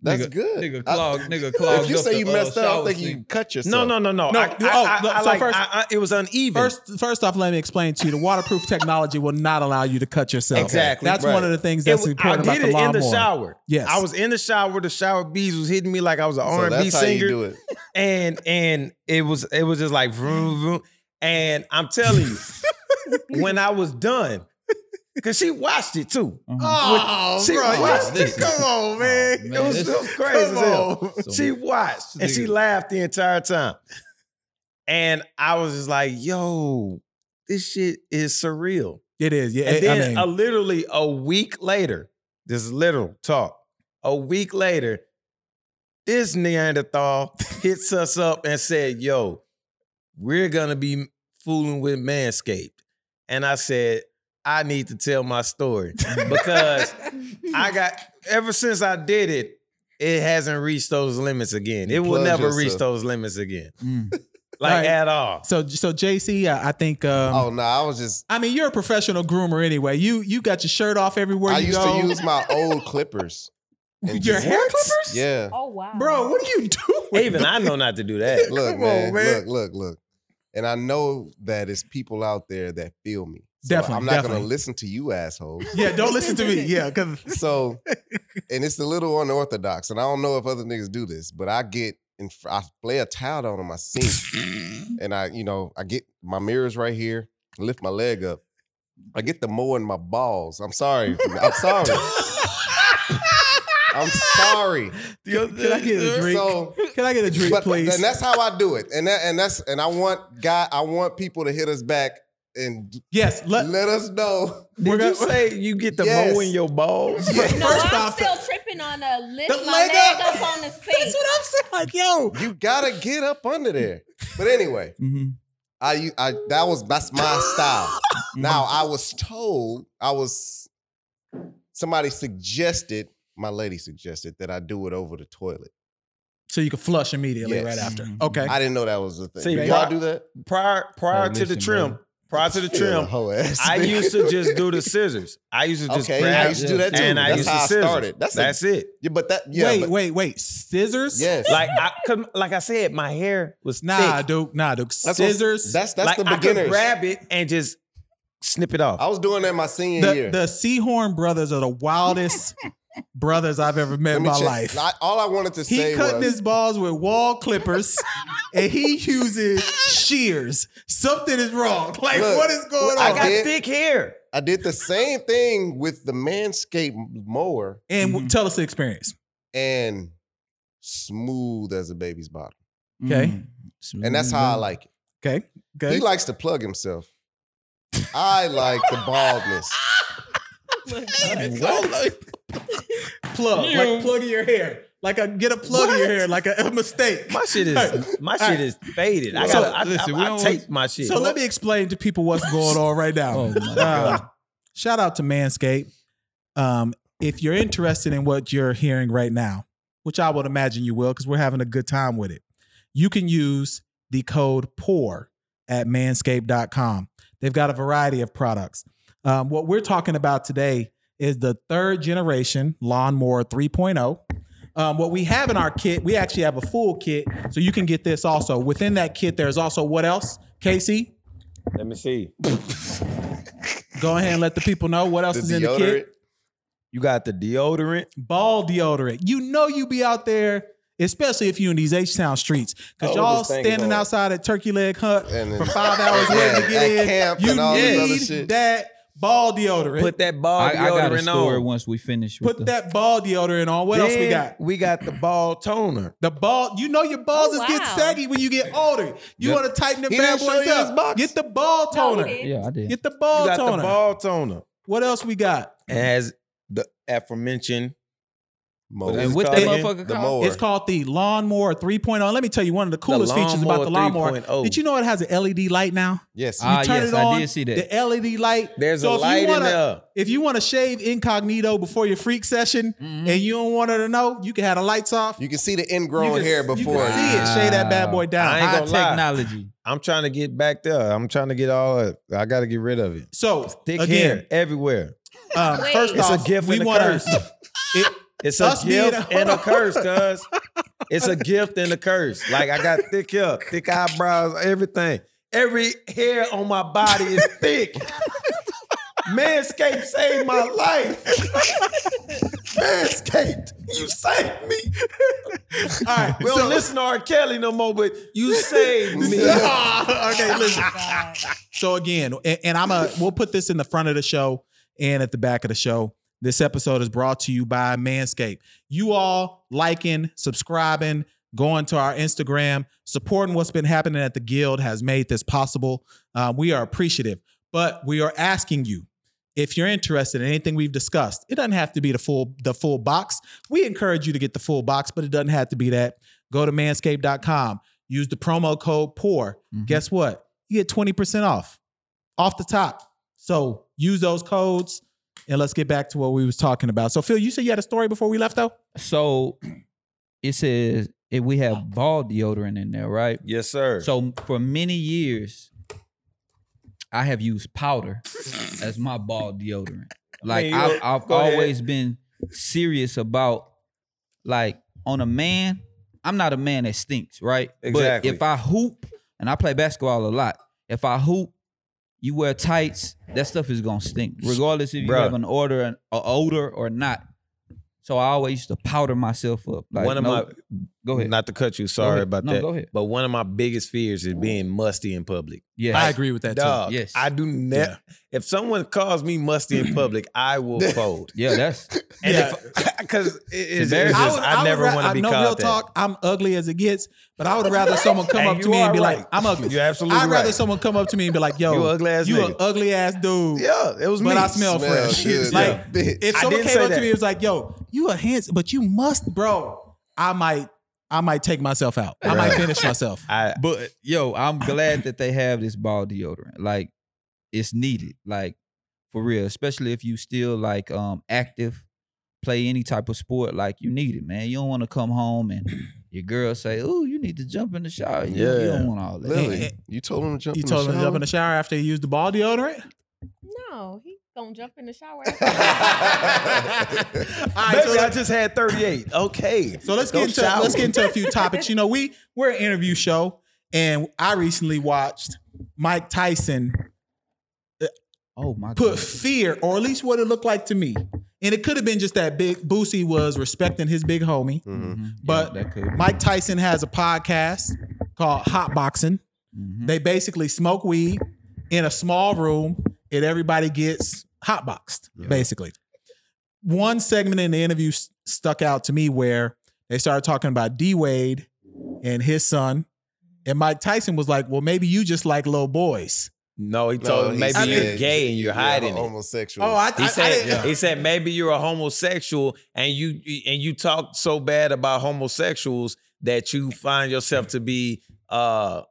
Speaker 7: That's
Speaker 1: nigga,
Speaker 7: good.
Speaker 1: Nigga
Speaker 7: I-
Speaker 1: clogged. Nigga clogged.
Speaker 7: If you
Speaker 1: up
Speaker 7: say
Speaker 1: the,
Speaker 7: you
Speaker 1: uh,
Speaker 7: messed up,
Speaker 1: shower
Speaker 7: I think you
Speaker 1: sink.
Speaker 7: cut yourself.
Speaker 8: No, no, no, no.
Speaker 5: No,
Speaker 8: I,
Speaker 5: oh,
Speaker 8: I- I- I
Speaker 5: so
Speaker 8: like,
Speaker 5: first-
Speaker 8: I- I- it was uneven.
Speaker 5: First, first off, let me explain to you: the waterproof technology will not allow you to cut yourself.
Speaker 8: Exactly,
Speaker 5: That's
Speaker 7: right.
Speaker 5: one of the things
Speaker 8: It
Speaker 5: that's
Speaker 8: was- I
Speaker 5: important
Speaker 8: did
Speaker 5: about
Speaker 8: it
Speaker 5: the
Speaker 8: in
Speaker 5: lawnmower.
Speaker 8: the shower.
Speaker 5: Yes.
Speaker 8: I was in the shower. The shower bees was hitting me like I was an
Speaker 7: So
Speaker 8: R&B
Speaker 7: that's how
Speaker 8: singer.
Speaker 7: you do it.
Speaker 8: and and it was it was just like vroom vroom. And I'm telling you, when I was done, because she watched it too.
Speaker 7: Oh,
Speaker 8: She watched
Speaker 1: this
Speaker 8: it.
Speaker 1: is- Come Mm-hmm. Oh,
Speaker 7: on,
Speaker 1: man.
Speaker 8: It was,
Speaker 1: this-
Speaker 8: it was crazy as hell.
Speaker 1: So-
Speaker 8: She watched and she
Speaker 1: Nigga.
Speaker 8: laughed the entire time. And I was just like, yo, this shit is surreal.
Speaker 5: It is. Yeah.
Speaker 8: And
Speaker 5: it-
Speaker 8: then
Speaker 5: I mean,
Speaker 8: a, literally a week later, this is literal talk. A week later, this Neanderthal hits us up and said, Yo, we're gonna be fooling with Manscaped. And I said, I need to tell my story because I got ever since I did it, it hasn't reached those limits again. It will
Speaker 7: Plug
Speaker 8: never
Speaker 7: yourself.
Speaker 8: reach those limits again.
Speaker 1: Mm.
Speaker 8: Like
Speaker 5: Right.
Speaker 8: at all.
Speaker 5: so so JC, I, I think. Um,
Speaker 7: Oh no, I was just.
Speaker 5: I mean, you're a professional groomer anyway. You you got your shirt off everywhere
Speaker 7: I
Speaker 5: you
Speaker 7: used
Speaker 5: go.
Speaker 7: to use my old clippers. and
Speaker 5: your
Speaker 7: just-
Speaker 5: hair clippers,
Speaker 7: Yeah.
Speaker 6: Oh wow,
Speaker 5: bro. What are you doing?
Speaker 8: Even I know not to do that.
Speaker 7: Look,
Speaker 5: Come
Speaker 7: man,
Speaker 5: on, man.
Speaker 7: Look, look, look. And I know that it's people out there that feel me. So
Speaker 5: Definitely,
Speaker 7: I'm not going
Speaker 5: definitely.
Speaker 7: to listen to you assholes.
Speaker 5: Yeah, don't listen to me. Yeah, because
Speaker 7: So, and it's a little unorthodox, and I don't know if other niggas do this, but I get and I lay a towel down on my sink, and I, you know, I get my mirrors right here, lift my leg up, I get the mowing my balls. I'm sorry, I'm sorry, I'm sorry.
Speaker 5: can I get a drink?
Speaker 7: So,
Speaker 5: Can I get a drink,
Speaker 7: but
Speaker 5: please?
Speaker 7: and that's how I do it, and that, and that's and I want God, I want people to hit us back and
Speaker 5: yes. Let,
Speaker 7: let us know.
Speaker 8: Did
Speaker 5: we're
Speaker 8: you
Speaker 5: gonna,
Speaker 8: say you get the
Speaker 7: Yes.
Speaker 8: mow in your balls?
Speaker 6: No,
Speaker 5: First
Speaker 6: I'm
Speaker 5: off-
Speaker 6: still tripping on a lift
Speaker 5: The
Speaker 6: my
Speaker 5: leg
Speaker 6: leg,
Speaker 5: up.
Speaker 6: up. on the
Speaker 5: that's
Speaker 6: sink.
Speaker 5: what I'm saying. Like, yo,
Speaker 7: You gotta get up under there. But anyway.
Speaker 1: Mhm.
Speaker 7: I, u- I that was that's my style.
Speaker 8: Mm-hmm.
Speaker 7: Now I was told I was somebody suggested my lady suggested that I do it over the toilet.
Speaker 5: so you can flush immediately
Speaker 7: Yes.
Speaker 5: right after.
Speaker 1: Mhm.
Speaker 5: Okay.
Speaker 7: I didn't know that was the thing.
Speaker 8: See,
Speaker 7: Do
Speaker 8: why-
Speaker 7: y'all do that?
Speaker 8: prior prior to the
Speaker 1: listen,
Speaker 8: trim,
Speaker 1: brother.
Speaker 8: prior to the
Speaker 7: Yeah,
Speaker 8: trim,
Speaker 7: whole ass
Speaker 8: I
Speaker 7: nigga.
Speaker 8: used to just do the scissors. I used to just
Speaker 7: Okay,
Speaker 8: grab
Speaker 7: I used to do that too.
Speaker 8: and I
Speaker 7: that's
Speaker 8: used
Speaker 7: how
Speaker 8: to
Speaker 7: I
Speaker 8: scissors.
Speaker 7: started. That's,
Speaker 8: That's,
Speaker 7: a-
Speaker 8: it.
Speaker 7: yeah, but that yeah,
Speaker 5: wait,
Speaker 7: but-
Speaker 5: wait, wait. Scissors?
Speaker 7: yes.
Speaker 8: Like I, 'cause like I said, my hair was
Speaker 5: Nah,
Speaker 8: thick.
Speaker 5: dude. Nah, dude.
Speaker 7: That's what-
Speaker 5: Scissors.
Speaker 7: That's that's
Speaker 8: like
Speaker 7: the
Speaker 8: I
Speaker 7: beginners.
Speaker 8: could
Speaker 7: Oh,
Speaker 8: grab it and just snip it off.
Speaker 7: I was doing that my senior
Speaker 5: the,
Speaker 7: year.
Speaker 5: the Seahorn brothers are the wildest brothers I've ever met
Speaker 7: Let
Speaker 5: in
Speaker 7: me
Speaker 5: my
Speaker 7: check.
Speaker 5: life.
Speaker 7: I- all I wanted to
Speaker 5: He
Speaker 7: say
Speaker 5: cutting
Speaker 7: was
Speaker 5: his balls with wall clippers, and he uses shears. Something is wrong. Like,
Speaker 7: Look,
Speaker 5: what is going
Speaker 7: I
Speaker 5: on?
Speaker 8: I got
Speaker 7: did-
Speaker 8: thick hair.
Speaker 7: I did the same thing with the manscaped mower.
Speaker 5: and w
Speaker 1: Mhm.
Speaker 5: tell us the experience.
Speaker 7: and smooth as a baby's bottom.
Speaker 5: Okay.
Speaker 1: Mm.
Speaker 7: And that's how I like it.
Speaker 5: Mm-hmm. Okay.
Speaker 7: He
Speaker 5: Good.
Speaker 7: likes to plug himself. I like the baldness.
Speaker 5: plug. Like plug in your hair. Like a get a plug in your hair. Like a, a mistake.
Speaker 8: My shit is my shit is faded. I
Speaker 5: So,
Speaker 8: got I,
Speaker 1: listen, we
Speaker 8: I, I
Speaker 1: don't-
Speaker 8: tape my shit.
Speaker 5: So let me explain to people what's going on right now.
Speaker 1: Oh my
Speaker 5: Uh,
Speaker 1: god.
Speaker 5: shout out to Manscaped. Um, if you're interested in what you're hearing right now, which I would imagine you will, because we're having a good time with it, you can use the code POOR at manscaped.com. They've got a variety of products. Um, what we're talking about today is the third generation lawnmower 3.0. Um, what we have in our kit, we actually have a full kit, so you can get this also. Within that kit, there's also what else, Casey?
Speaker 8: let me see.
Speaker 5: Go ahead and let the people know what else
Speaker 7: The
Speaker 5: is in the kit.
Speaker 7: deodorant.
Speaker 8: You got the deodorant.
Speaker 5: ball deodorant. You know you be out there, especially if you in these H Town streets,
Speaker 8: Oh,
Speaker 5: because y'all
Speaker 8: this thing
Speaker 5: standing
Speaker 8: going.
Speaker 5: outside at Turkey Leg Hunt
Speaker 7: And then-
Speaker 5: for five hours
Speaker 7: Yeah,
Speaker 5: waiting to
Speaker 7: at
Speaker 5: get in.
Speaker 7: camp
Speaker 5: you
Speaker 7: and all this other
Speaker 5: need
Speaker 7: shit.
Speaker 5: that ball deodorant.
Speaker 8: Put
Speaker 5: Put,
Speaker 8: that ball
Speaker 1: I, I
Speaker 8: deodorant
Speaker 1: got a story
Speaker 8: on.
Speaker 1: once we finish. With the,
Speaker 5: that ball deodorant on. What else we
Speaker 8: Then
Speaker 5: got?
Speaker 8: We got the ball toner.
Speaker 5: The ball, you know your balls
Speaker 6: Oh,
Speaker 5: is getting
Speaker 6: wow.
Speaker 5: saggy when you get older. You
Speaker 1: Yep.
Speaker 5: want to tighten them
Speaker 7: He
Speaker 5: bad
Speaker 7: didn't show
Speaker 5: boys
Speaker 7: you his
Speaker 5: up.
Speaker 7: box.
Speaker 5: Get the ball
Speaker 6: No, he
Speaker 5: toner.
Speaker 6: didn't.
Speaker 1: yeah, I did.
Speaker 5: get the
Speaker 8: You
Speaker 5: ball
Speaker 8: got
Speaker 5: toner.
Speaker 8: the ball toner.
Speaker 5: What else we got?
Speaker 8: And has the aforementioned
Speaker 7: Mower.
Speaker 1: and
Speaker 8: it's
Speaker 1: what
Speaker 8: called
Speaker 1: that
Speaker 8: again?
Speaker 1: motherfucker
Speaker 7: The
Speaker 1: called?
Speaker 7: mower.
Speaker 5: It's called the Lawnmower 3.0. Let me tell you one of the coolest features about the lawnmower.
Speaker 8: 3.0.
Speaker 5: Did you know it has an LED light now?
Speaker 7: yes.
Speaker 1: Ah,
Speaker 5: turn
Speaker 1: yes,
Speaker 5: it on,
Speaker 1: I did see that.
Speaker 5: The LED light.
Speaker 8: There's
Speaker 5: So
Speaker 8: a
Speaker 5: if you
Speaker 8: light
Speaker 5: wanna-
Speaker 8: in there.
Speaker 5: If you want to shave incognito before your freak session
Speaker 8: Mm-hmm.
Speaker 5: and you don't want her to know, you can have the lights off.
Speaker 7: you can see the ingrown
Speaker 5: You can-
Speaker 7: hair
Speaker 5: you can
Speaker 7: before.
Speaker 5: see it. Shave that bad boy down.
Speaker 8: I ain't
Speaker 1: High
Speaker 8: gonna lie.
Speaker 1: technology.
Speaker 8: I'm trying to get back there. I'm trying to get all. I got to get rid of it.
Speaker 5: so
Speaker 8: Thick
Speaker 5: again,
Speaker 8: hair everywhere.
Speaker 5: Um,
Speaker 6: Wait.
Speaker 5: first
Speaker 6: It's
Speaker 8: a
Speaker 5: off,
Speaker 8: gift
Speaker 5: we
Speaker 8: and a
Speaker 5: want
Speaker 8: curse.
Speaker 5: to. It,
Speaker 8: It's a
Speaker 5: Us being-
Speaker 8: gift and a curse, cuz. It's a gift and a curse. Like I got thick hair, thick eyebrows, everything. Every hair on my body is thick. Manscaped saved my life. Manscaped, you saved me. All right, we don't listen to R. Kelly no more, but you saved me.
Speaker 5: okay, listen. So again, and, and I'm a. We'll put this in the front of the show and at the back of the show. This episode is brought to you by Manscaped. You all liking, subscribing, going to our Instagram, supporting what's been happening at the Guild has made this possible. Uh, we are appreciative, but we are asking you if you're interested in anything we've discussed. It doesn't have to be the full the full box. We encourage you to get the full box, but it doesn't have to be that. Go to manscaped.com. Use the promo code POOR guess what? You get 20% off off the top. So use those codes and let's get back to what we was talking about. So Phil, you said you had a story before we left though?
Speaker 1: So it says if we have ball deodorant in there, right?
Speaker 8: Yes, sir.
Speaker 1: So for many years, I have used powder as my ball deodorant. Like
Speaker 8: mean, you-
Speaker 1: I've, I've
Speaker 8: go ahead.
Speaker 1: always been serious about, like on a man. I'm not a man that stinks, right?
Speaker 8: Exactly.
Speaker 1: But if I hoop and I play basketball a lot, if I hoop, you wear tights, that stuff is gonna stink, regardless if you
Speaker 8: Bruh.
Speaker 1: have an order, an a odor or not. So I always used to powder myself up. Like,
Speaker 8: one of
Speaker 1: no-
Speaker 8: my
Speaker 1: go ahead.
Speaker 8: not to cut you,
Speaker 1: Go
Speaker 8: sorry
Speaker 1: ahead.
Speaker 8: about
Speaker 1: no,
Speaker 8: that.
Speaker 1: Go ahead.
Speaker 8: But one of my biggest fears is being musty in public.
Speaker 1: Yes.
Speaker 5: I agree with that
Speaker 8: Dog,
Speaker 1: Yes.
Speaker 8: I do ne-
Speaker 5: Yeah.
Speaker 8: If someone calls me musty in public, I will fold.
Speaker 1: Yeah, that's
Speaker 5: Yeah.
Speaker 8: because it's,
Speaker 1: embarrassing.
Speaker 8: it's just, I,
Speaker 5: would
Speaker 8: never
Speaker 5: ra-
Speaker 8: want to
Speaker 5: I-
Speaker 8: be
Speaker 5: no
Speaker 8: called
Speaker 5: real
Speaker 8: that.
Speaker 5: talk. I'm ugly as it gets, but I would rather someone come
Speaker 8: And
Speaker 5: up to
Speaker 8: you
Speaker 5: me and
Speaker 8: are
Speaker 5: be
Speaker 8: right.
Speaker 5: like, "I'm ugly."
Speaker 8: You're absolutely
Speaker 5: I'd rather
Speaker 8: right.
Speaker 5: someone come up to me and be like, "Yo,
Speaker 8: You ugly ass
Speaker 5: you
Speaker 8: nigga.
Speaker 5: an ugly ass dude."
Speaker 8: yeah, it was me.
Speaker 5: But I smell
Speaker 7: Smell
Speaker 5: fresh.
Speaker 7: good,
Speaker 5: like
Speaker 8: yeah.
Speaker 5: if
Speaker 8: I
Speaker 5: someone
Speaker 8: didn't
Speaker 5: came
Speaker 8: say
Speaker 5: up
Speaker 8: that.
Speaker 5: to me and was like, "Yo, you a handsome, but you must, bro," I might, I might take myself out. I might
Speaker 8: Right.
Speaker 5: finish myself.
Speaker 8: I
Speaker 1: But yo, I'm glad that they have this ball deodorant. Like, it's needed. Like, for real. Especially if you still like um active, play any type of sport. Like, you need it, man. You don't want to come home and your girl say, "Ooh, you need to jump in the shower." You, you
Speaker 7: Yeah.
Speaker 1: don't want all that.
Speaker 7: Lily, you told him to jump
Speaker 5: You
Speaker 7: in
Speaker 5: told
Speaker 7: the
Speaker 5: him to jump
Speaker 7: shower?
Speaker 5: in the shower after he used the ball deodorant?
Speaker 6: No, he gonna jump in the shower.
Speaker 5: All right,
Speaker 8: Baby,
Speaker 5: so,
Speaker 8: I just had 38. Okay.
Speaker 5: so let's
Speaker 8: Go
Speaker 5: get into
Speaker 8: shower.
Speaker 5: let's get into a few topics. You know, we we're an interview show, and I recently watched Mike Tyson
Speaker 1: Oh my
Speaker 5: put
Speaker 1: god.
Speaker 5: fear, or at least what it looked like to me. And it could have been just that big Boosie was respecting his big homie.
Speaker 7: Mhm.
Speaker 1: Mhm.
Speaker 5: But
Speaker 1: that could be.
Speaker 5: Mike Tyson has a podcast called Hot Boxing.
Speaker 1: Mhm.
Speaker 5: They basically smoke weed in a small room and everybody gets hotboxed, basically. One segment in the interview s- stuck out to me where they started talking about D Wade and his son. And Mike Tyson was like, Well, maybe you just like little boys.
Speaker 8: No, he
Speaker 7: No,
Speaker 8: told him
Speaker 7: he
Speaker 8: maybe
Speaker 5: said-
Speaker 8: you're gay and you're hiding it.
Speaker 5: Oh,
Speaker 7: Homosexual.
Speaker 8: He said
Speaker 5: didn't-
Speaker 8: he said maybe you're a homosexual and you and you talk so bad about homosexuals that you find yourself to be uh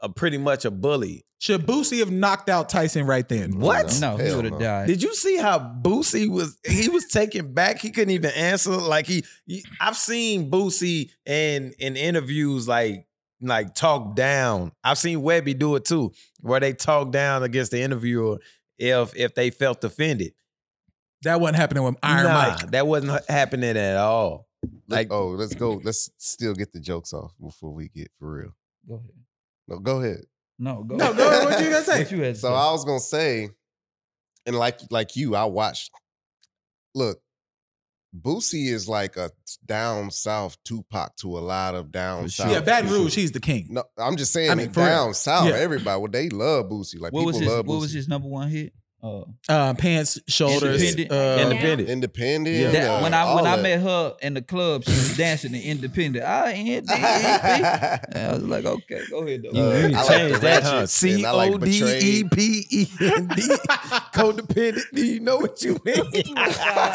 Speaker 8: a pretty much a bully.
Speaker 5: Should Boosie have knocked out Tyson right then?
Speaker 8: What?
Speaker 1: no, he
Speaker 7: Hell
Speaker 1: would have
Speaker 7: no.
Speaker 1: died.
Speaker 8: Did you see how Boosie was? He was taken back. He couldn't even answer. Like he, he- I've seen Boosie in in interviews like like talk down. I've seen Webby do it too, where they talk down against the interviewer if if they felt offended.
Speaker 5: That wasn't happening with Iron
Speaker 8: Nah,
Speaker 5: Mike.
Speaker 8: that wasn't happening at all.
Speaker 7: Like,
Speaker 8: Like-
Speaker 7: oh, let's go. Let's still get the jokes off before we get for real.
Speaker 1: Go ahead.
Speaker 7: No, go ahead.
Speaker 1: No, go.
Speaker 5: No,
Speaker 1: ahead.
Speaker 5: go ahead. What you gonna say?
Speaker 1: What you had to
Speaker 7: So
Speaker 1: say?
Speaker 7: I was gonna say, and like like you, I watched. Look, Boosie is like a down south Tupac to a lot of down
Speaker 1: For sure.
Speaker 7: south.
Speaker 5: Yeah, Baton
Speaker 7: people.
Speaker 5: Rouge, he's the king.
Speaker 7: No, I'm just saying
Speaker 5: I mean,
Speaker 7: it
Speaker 5: for real.
Speaker 7: down south.
Speaker 5: Yeah.
Speaker 7: Everybody, well, they love Boosie. Like
Speaker 1: what was
Speaker 7: people
Speaker 1: his
Speaker 7: love
Speaker 1: What was
Speaker 7: Boosie.
Speaker 1: his number one hit? Uh,
Speaker 5: Uh, pants, shoulders,
Speaker 1: Independent.
Speaker 5: uh,
Speaker 8: Independent.
Speaker 7: Independent.
Speaker 8: Yeah.
Speaker 1: that,
Speaker 7: uh,
Speaker 1: when I when
Speaker 7: all
Speaker 1: I
Speaker 7: that.
Speaker 1: met her in the club, she was dancing in independent. I ain't did And I was like, okay, go ahead though.
Speaker 8: You
Speaker 7: Uh,
Speaker 8: really
Speaker 7: I like
Speaker 8: changed
Speaker 7: the
Speaker 8: that,
Speaker 7: ratchet,
Speaker 8: huh? C
Speaker 7: and I like
Speaker 8: O D E P E N D. Codependent. Do you know what you mean?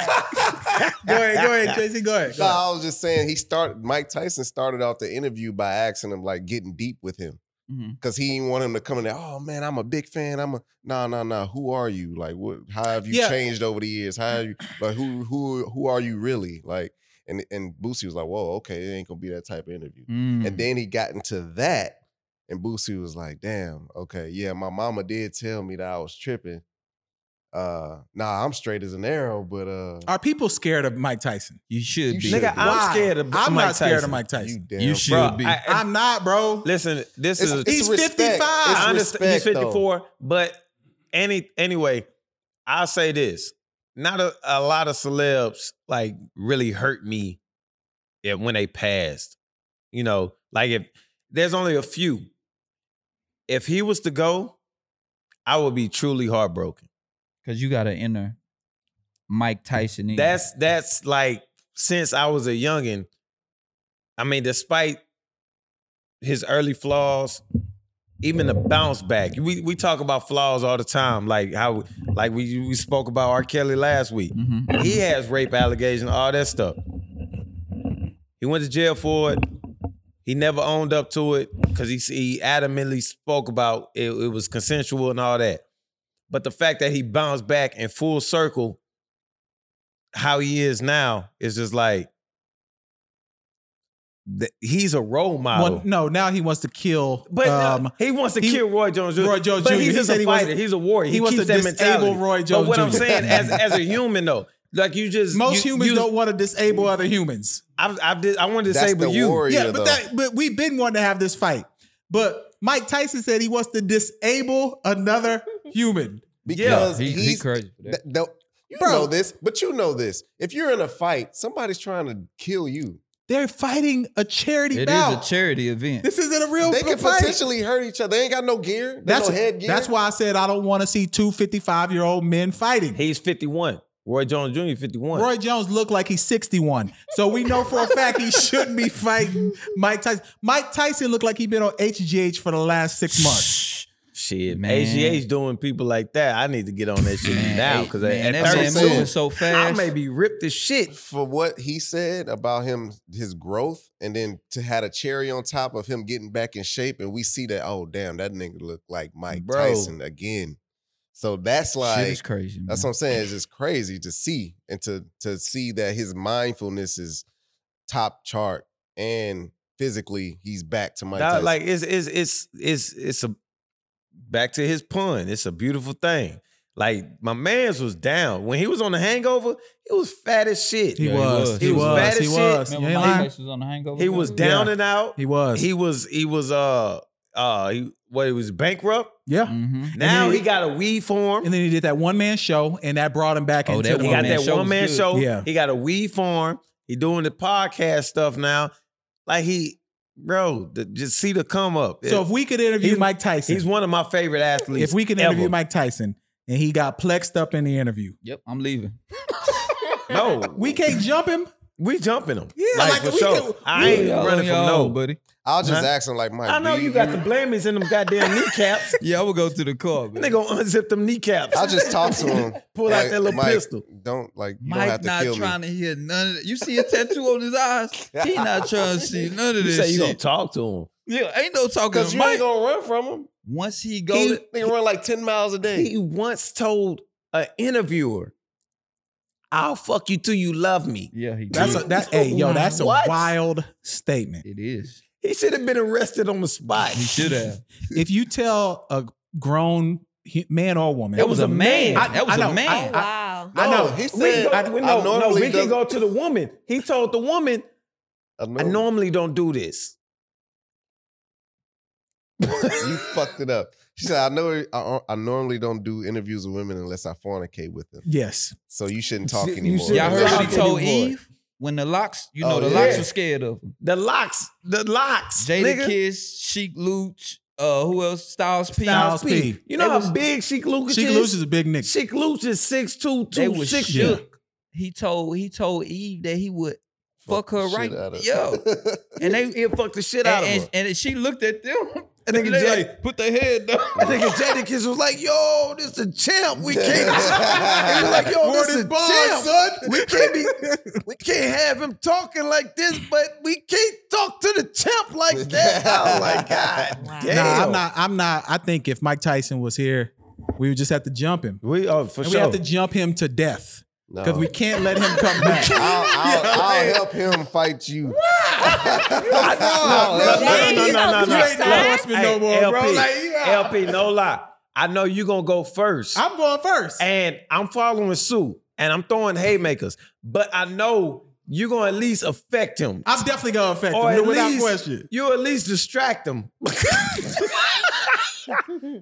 Speaker 5: Go ahead, go ahead, Jason. Go ahead.
Speaker 7: No, I was just saying he started. Mike Tyson started off the interview by asking him like getting deep with him
Speaker 1: Mhm.
Speaker 7: because he didn't want him to come in there. Oh man, I'm a big fan. I'm a no no no. Who are you? Like what? How have you
Speaker 5: Yeah.
Speaker 7: changed over the years? How have you like who who who are you really? Like and and Boosie was like, whoa, okay, it ain't gonna be that type of interview.
Speaker 1: Mm.
Speaker 7: And then he got into that, and Boosie was like, damn, okay, yeah, my mama did tell me that I was tripping. uh, nah, I'm straight as an arrow, but uh,
Speaker 5: Are people scared of Mike Tyson?
Speaker 1: You should be.
Speaker 7: You should
Speaker 8: Nigga, I'm
Speaker 5: Why?
Speaker 8: scared of
Speaker 5: I'm
Speaker 8: Mike
Speaker 5: not scared
Speaker 8: Tyson.
Speaker 5: of Mike
Speaker 7: you
Speaker 5: Tyson.
Speaker 7: damn.
Speaker 1: you
Speaker 7: sh-
Speaker 1: should
Speaker 8: Bro,
Speaker 1: be.
Speaker 8: I-
Speaker 5: I'm not, bro.
Speaker 8: Listen, this
Speaker 7: It's-
Speaker 8: is
Speaker 7: it's
Speaker 5: He's
Speaker 7: respect.
Speaker 5: 55.
Speaker 7: It's
Speaker 8: I understand he's
Speaker 7: respect, though.
Speaker 8: 54, but any anyway, I'll say this. Not a, a lot of celebs like really hurt me yeah, when they passed. You know, like if there's only a few. If he was to go, I would be truly heartbroken.
Speaker 1: Because you got to enter Mike Tyson in.
Speaker 8: That's that's like since I was a youngin. I mean, despite his early flaws, even the bounce back. We we talk about flaws all the time, like how like we we spoke about R. Kelly last week.
Speaker 1: Mhm.
Speaker 8: He has rape allegations, all that stuff. He went to jail for it. He never owned up to it because he, he adamantly spoke about it, it was consensual and all that. But the fact that he bounced back in full circle, how he is now, is just like th- he's a role model.
Speaker 5: Well, no, now he wants to kill.
Speaker 8: But uh,
Speaker 5: um,
Speaker 8: he wants to
Speaker 5: he-
Speaker 8: kill Roy Jones Jr.
Speaker 5: Roy Jones
Speaker 8: But
Speaker 5: Jr..
Speaker 8: he's
Speaker 5: He
Speaker 8: just
Speaker 5: said
Speaker 8: a
Speaker 5: he wants-
Speaker 8: fighter. He's a warrior. He,
Speaker 5: he wants
Speaker 8: keeps
Speaker 5: to
Speaker 8: that
Speaker 5: disable
Speaker 8: mentality.
Speaker 5: Roy Jones
Speaker 8: But what I'm
Speaker 5: Jr..
Speaker 8: saying, as as a human though, like you just
Speaker 5: most
Speaker 8: you-
Speaker 5: humans
Speaker 8: you-
Speaker 5: don't want to disable other humans.
Speaker 8: I've, I've did, I wanted to
Speaker 7: That's
Speaker 8: disable
Speaker 7: the
Speaker 8: you.
Speaker 7: warrior,
Speaker 5: Yeah, but
Speaker 7: though.
Speaker 5: that but we've been wanting to have this fight. But Mike Tyson said he wants to disable another human.
Speaker 7: because
Speaker 1: he,
Speaker 7: he's
Speaker 1: he crazy for that.
Speaker 7: th- th- you
Speaker 5: Bro.
Speaker 7: know this, but you know this. If you're in a fight, somebody's trying to kill you.
Speaker 5: They're fighting a charity
Speaker 1: It
Speaker 5: bout.
Speaker 1: is a charity event.
Speaker 5: this isn't a real
Speaker 7: They can
Speaker 5: fight.
Speaker 7: potentially hurt each other. They ain't got no gear. They
Speaker 5: that's
Speaker 7: no headgear.
Speaker 5: that's why I said I don't want to see two 55 year old men fighting.
Speaker 8: He's 51. Roy Jones Jr. 51.
Speaker 5: Roy Jones looked like he's 61. So we know for a fact he shouldn't be fighting Mike Tyson. Mike Tyson looked like he'd been on HGH for the last six months.
Speaker 8: Shit,
Speaker 1: Man.
Speaker 8: man. AGH doing people like that. I need to get on that shit
Speaker 1: Man,
Speaker 8: now
Speaker 1: hey,
Speaker 8: because
Speaker 1: man,
Speaker 8: at
Speaker 1: that man
Speaker 8: 32,
Speaker 1: moving so
Speaker 8: I
Speaker 1: fast.
Speaker 8: may be ripped as shit.
Speaker 7: for what he said about him, his growth, and then to had a cherry on top of him getting back in shape, and we see that. Oh damn, that nigga look like Mike
Speaker 8: Bro.
Speaker 7: Tyson again. So that's
Speaker 1: Shit
Speaker 7: like
Speaker 1: is crazy. Man.
Speaker 7: that's what I'm saying. It's just crazy to see and to to see that his mindfulness is top chart and physically he's back to Mike
Speaker 8: Dog,
Speaker 7: Tyson.
Speaker 8: like it's it's it's it's it's a back to his pun. It's a beautiful thing. Like my man's was down when he was on the Hangover. He was fat as shit.
Speaker 1: He Yeah, was. was.
Speaker 5: He was.
Speaker 8: fat
Speaker 5: He
Speaker 8: as
Speaker 5: was.
Speaker 8: shit.
Speaker 5: You ain't
Speaker 1: Remember Mike
Speaker 5: lying.
Speaker 1: Tyson was on the hangover?
Speaker 8: He was
Speaker 1: Club?
Speaker 8: down and out.
Speaker 5: He was.
Speaker 8: He was. He was. Uh. Uh. He, what? He was bankrupt.
Speaker 5: yeah.
Speaker 1: Mhm.
Speaker 8: Now
Speaker 5: then-
Speaker 8: he got a weed form.
Speaker 5: And then he did that one man show, and that brought him back
Speaker 1: Oh,
Speaker 5: into
Speaker 1: that
Speaker 5: the
Speaker 8: He got
Speaker 1: one-man
Speaker 8: that
Speaker 1: show
Speaker 8: one man
Speaker 1: was good.
Speaker 8: show.
Speaker 5: Yeah.
Speaker 8: He got a weed farm. He doing the podcast stuff now. Like he, bro, the, just see the come up.
Speaker 5: So if we could interview
Speaker 8: He's-
Speaker 5: Mike Tyson,
Speaker 8: he's one of my favorite athletes.
Speaker 5: if we can
Speaker 8: ever.
Speaker 5: interview Mike Tyson and he got plexed up in the interview,
Speaker 1: Yep, I'm leaving.
Speaker 8: no, we
Speaker 5: we can't jump him.
Speaker 8: we jumping him.
Speaker 5: Yeah,
Speaker 8: like,
Speaker 5: like,
Speaker 8: for
Speaker 5: we
Speaker 8: sure.
Speaker 5: can-
Speaker 8: I ain't running from no. But
Speaker 1: buddy.
Speaker 7: I'll just
Speaker 8: Huh?
Speaker 7: ask him like Mike.
Speaker 8: I know
Speaker 7: do
Speaker 8: you got the blammies in them goddamn kneecaps.
Speaker 1: Yeah, I would go to the car.
Speaker 8: They gonna unzip them kneecaps.
Speaker 7: I'll just talk to him.
Speaker 8: Pull out that little
Speaker 7: Mike,
Speaker 8: pistol.
Speaker 7: Don't like you don't
Speaker 1: Mike
Speaker 7: have to
Speaker 1: not
Speaker 7: kill
Speaker 1: trying
Speaker 7: me.
Speaker 1: to hear none of that. You see a tattoo on his eyes? He not trying to see none of
Speaker 8: You
Speaker 1: this
Speaker 8: say you gonna
Speaker 1: shit.
Speaker 8: talk to him.
Speaker 1: yeah, ain't no talking
Speaker 7: Because
Speaker 1: to
Speaker 7: you ain't
Speaker 1: Mike.
Speaker 7: gonna run from him.
Speaker 1: Once he go,
Speaker 7: He,
Speaker 1: to-
Speaker 7: they run like ten miles a day.
Speaker 8: He once told an interviewer, "I'll fuck you till you love me."
Speaker 1: yeah, he
Speaker 5: That's
Speaker 1: did.
Speaker 5: a, that. Hey, yo, that's a
Speaker 8: What?
Speaker 5: wild statement.
Speaker 1: it is.
Speaker 8: He should have been arrested on the spot.
Speaker 1: He should have.
Speaker 5: If you tell a grown hu- man or woman,
Speaker 1: That was a man.
Speaker 5: I-
Speaker 1: that was
Speaker 5: I know,
Speaker 1: a
Speaker 6: Oh,
Speaker 1: man.
Speaker 6: wow.
Speaker 7: No,
Speaker 5: I know.
Speaker 7: He said,
Speaker 8: We can go,
Speaker 7: I,
Speaker 8: we-
Speaker 7: I
Speaker 8: no, no,
Speaker 7: normally
Speaker 8: we can
Speaker 7: doesn't-
Speaker 8: go to the woman. He told the woman,
Speaker 7: I
Speaker 8: I
Speaker 7: normally,
Speaker 8: normally don't do this.
Speaker 7: you fucked it up. She said, "I know. I, uh, I normally don't do interviews with women unless I fornicate with them.
Speaker 5: Yes.
Speaker 7: So you shouldn't talk
Speaker 8: You
Speaker 7: anymore."
Speaker 8: should-
Speaker 1: Y'all heard what he
Speaker 8: Talking
Speaker 1: told
Speaker 8: to you, boy.
Speaker 1: Eve when the locks. You know
Speaker 7: Oh,
Speaker 1: the
Speaker 7: yeah.
Speaker 1: locks were scared of him.
Speaker 8: The locks, the locks.
Speaker 1: Jada
Speaker 8: nigga.
Speaker 1: Kiss, Sheik Luch, uh, who else? Styles P.
Speaker 5: Styles
Speaker 8: P.
Speaker 5: P.
Speaker 8: You know
Speaker 5: It
Speaker 8: how
Speaker 5: was-
Speaker 8: big Sheik Lucas
Speaker 5: She
Speaker 8: is?
Speaker 5: loses a big nick.
Speaker 8: Sheik Lucas is 6'2",
Speaker 1: They was
Speaker 8: 260.
Speaker 1: shook. He told he told Eve that he would fuck her
Speaker 7: the
Speaker 1: right.
Speaker 7: shit out of-
Speaker 1: Yo, and they
Speaker 8: He'll fuck the shit out
Speaker 1: and,
Speaker 8: of
Speaker 1: and,
Speaker 8: her.
Speaker 1: and she looked at them.
Speaker 8: And nigga
Speaker 1: they
Speaker 8: Jay-
Speaker 1: like put their head down.
Speaker 8: I think Jada Kiss was like, yo, this the champ. We can't. he was like, yo, this is champ. We can't be, we can't have him talking like this, but we can't talk to the champ like that. Oh my God.
Speaker 6: Wow.
Speaker 8: Damn.
Speaker 5: Nah, I'm not. I'm not. I think if Mike Tyson was here, we would just have to jump him.
Speaker 8: We oh for
Speaker 5: and
Speaker 8: sure. Oh.
Speaker 5: we have to jump him to death
Speaker 7: No.
Speaker 5: because we can't let him come back.
Speaker 7: I'll, I'll, I'll help him fight you.
Speaker 8: no,
Speaker 6: Dang, you
Speaker 8: no, no, no,
Speaker 6: know
Speaker 8: no, no,
Speaker 6: you ain't no
Speaker 8: Look,
Speaker 6: enforcement
Speaker 8: hey,
Speaker 5: no more,
Speaker 8: LP,
Speaker 5: bro. Like, yeah.
Speaker 8: LP, no lie. I know you're gonna go first.
Speaker 5: I'm going first.
Speaker 8: and I'm following suit and I'm throwing haymakers. But I know you're gonna at least affect him.
Speaker 5: I'm definitely gonna affect
Speaker 8: Or
Speaker 5: him
Speaker 8: at
Speaker 5: without
Speaker 8: least-
Speaker 5: question.
Speaker 8: You at least distract him.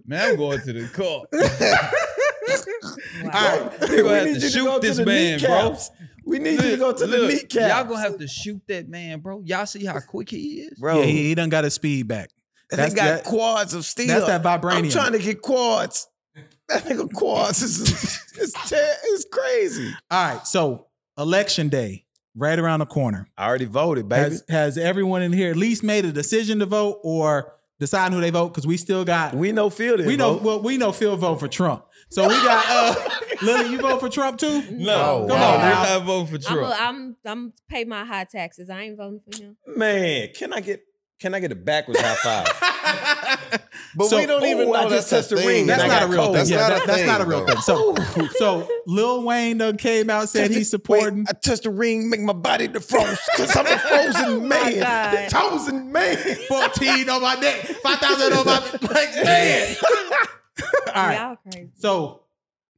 Speaker 1: Man, I'm going to the car.
Speaker 6: Wow.
Speaker 1: They gonna have to shoot this man, bro.
Speaker 8: We need you to go to the
Speaker 1: Look,
Speaker 8: kneecap.
Speaker 1: Y'all gonna have to shoot that man, bro. Y'all see how quick he is?
Speaker 8: bro.
Speaker 5: Yeah, he, he done got his speed back.
Speaker 8: they got
Speaker 5: that,
Speaker 8: quads of steel.
Speaker 5: that's that vibranium.
Speaker 8: I'm trying to get quads. That nigga quads is it's, ter- it's crazy.
Speaker 5: All right, so election day right around the corner.
Speaker 8: I already voted, baby.
Speaker 5: Has, has everyone in here at least made a decision to vote or deciding who they vote? Because we still got
Speaker 8: we know fielding.
Speaker 5: we know
Speaker 8: vote.
Speaker 5: well we know Phil vote for Trump. So we got uh Lily, you vote for Trump too?
Speaker 1: No,
Speaker 8: Oh,
Speaker 1: come
Speaker 5: wow.
Speaker 1: on, we're not voting for
Speaker 6: I'm, a,
Speaker 1: Trump.
Speaker 6: I'm I'm pay my high taxes. I ain't voting for him.
Speaker 8: man. Can I get can I get a backwards high five?
Speaker 7: But
Speaker 5: So-
Speaker 7: we don't even
Speaker 8: Ooh, I
Speaker 7: know
Speaker 8: just
Speaker 7: that's
Speaker 8: touched
Speaker 7: a
Speaker 8: the
Speaker 7: thing.
Speaker 8: ring.
Speaker 7: that
Speaker 5: That's
Speaker 7: I
Speaker 5: not a
Speaker 7: got
Speaker 5: real
Speaker 7: cold.
Speaker 5: thing.
Speaker 7: That's
Speaker 5: yeah,
Speaker 7: not
Speaker 5: that-
Speaker 7: a
Speaker 5: that's
Speaker 7: thing,
Speaker 5: not a real
Speaker 7: though.
Speaker 5: thing. So, so Lil Wayne done came out said he's supporting.
Speaker 8: Wait, I touched the ring, make my body defrost because I'm a frozen
Speaker 6: my
Speaker 8: man,
Speaker 6: God.
Speaker 8: frozen man.
Speaker 5: 14 on my neck, 5,000 on my like man. All right.
Speaker 6: Y'all crazy.
Speaker 5: So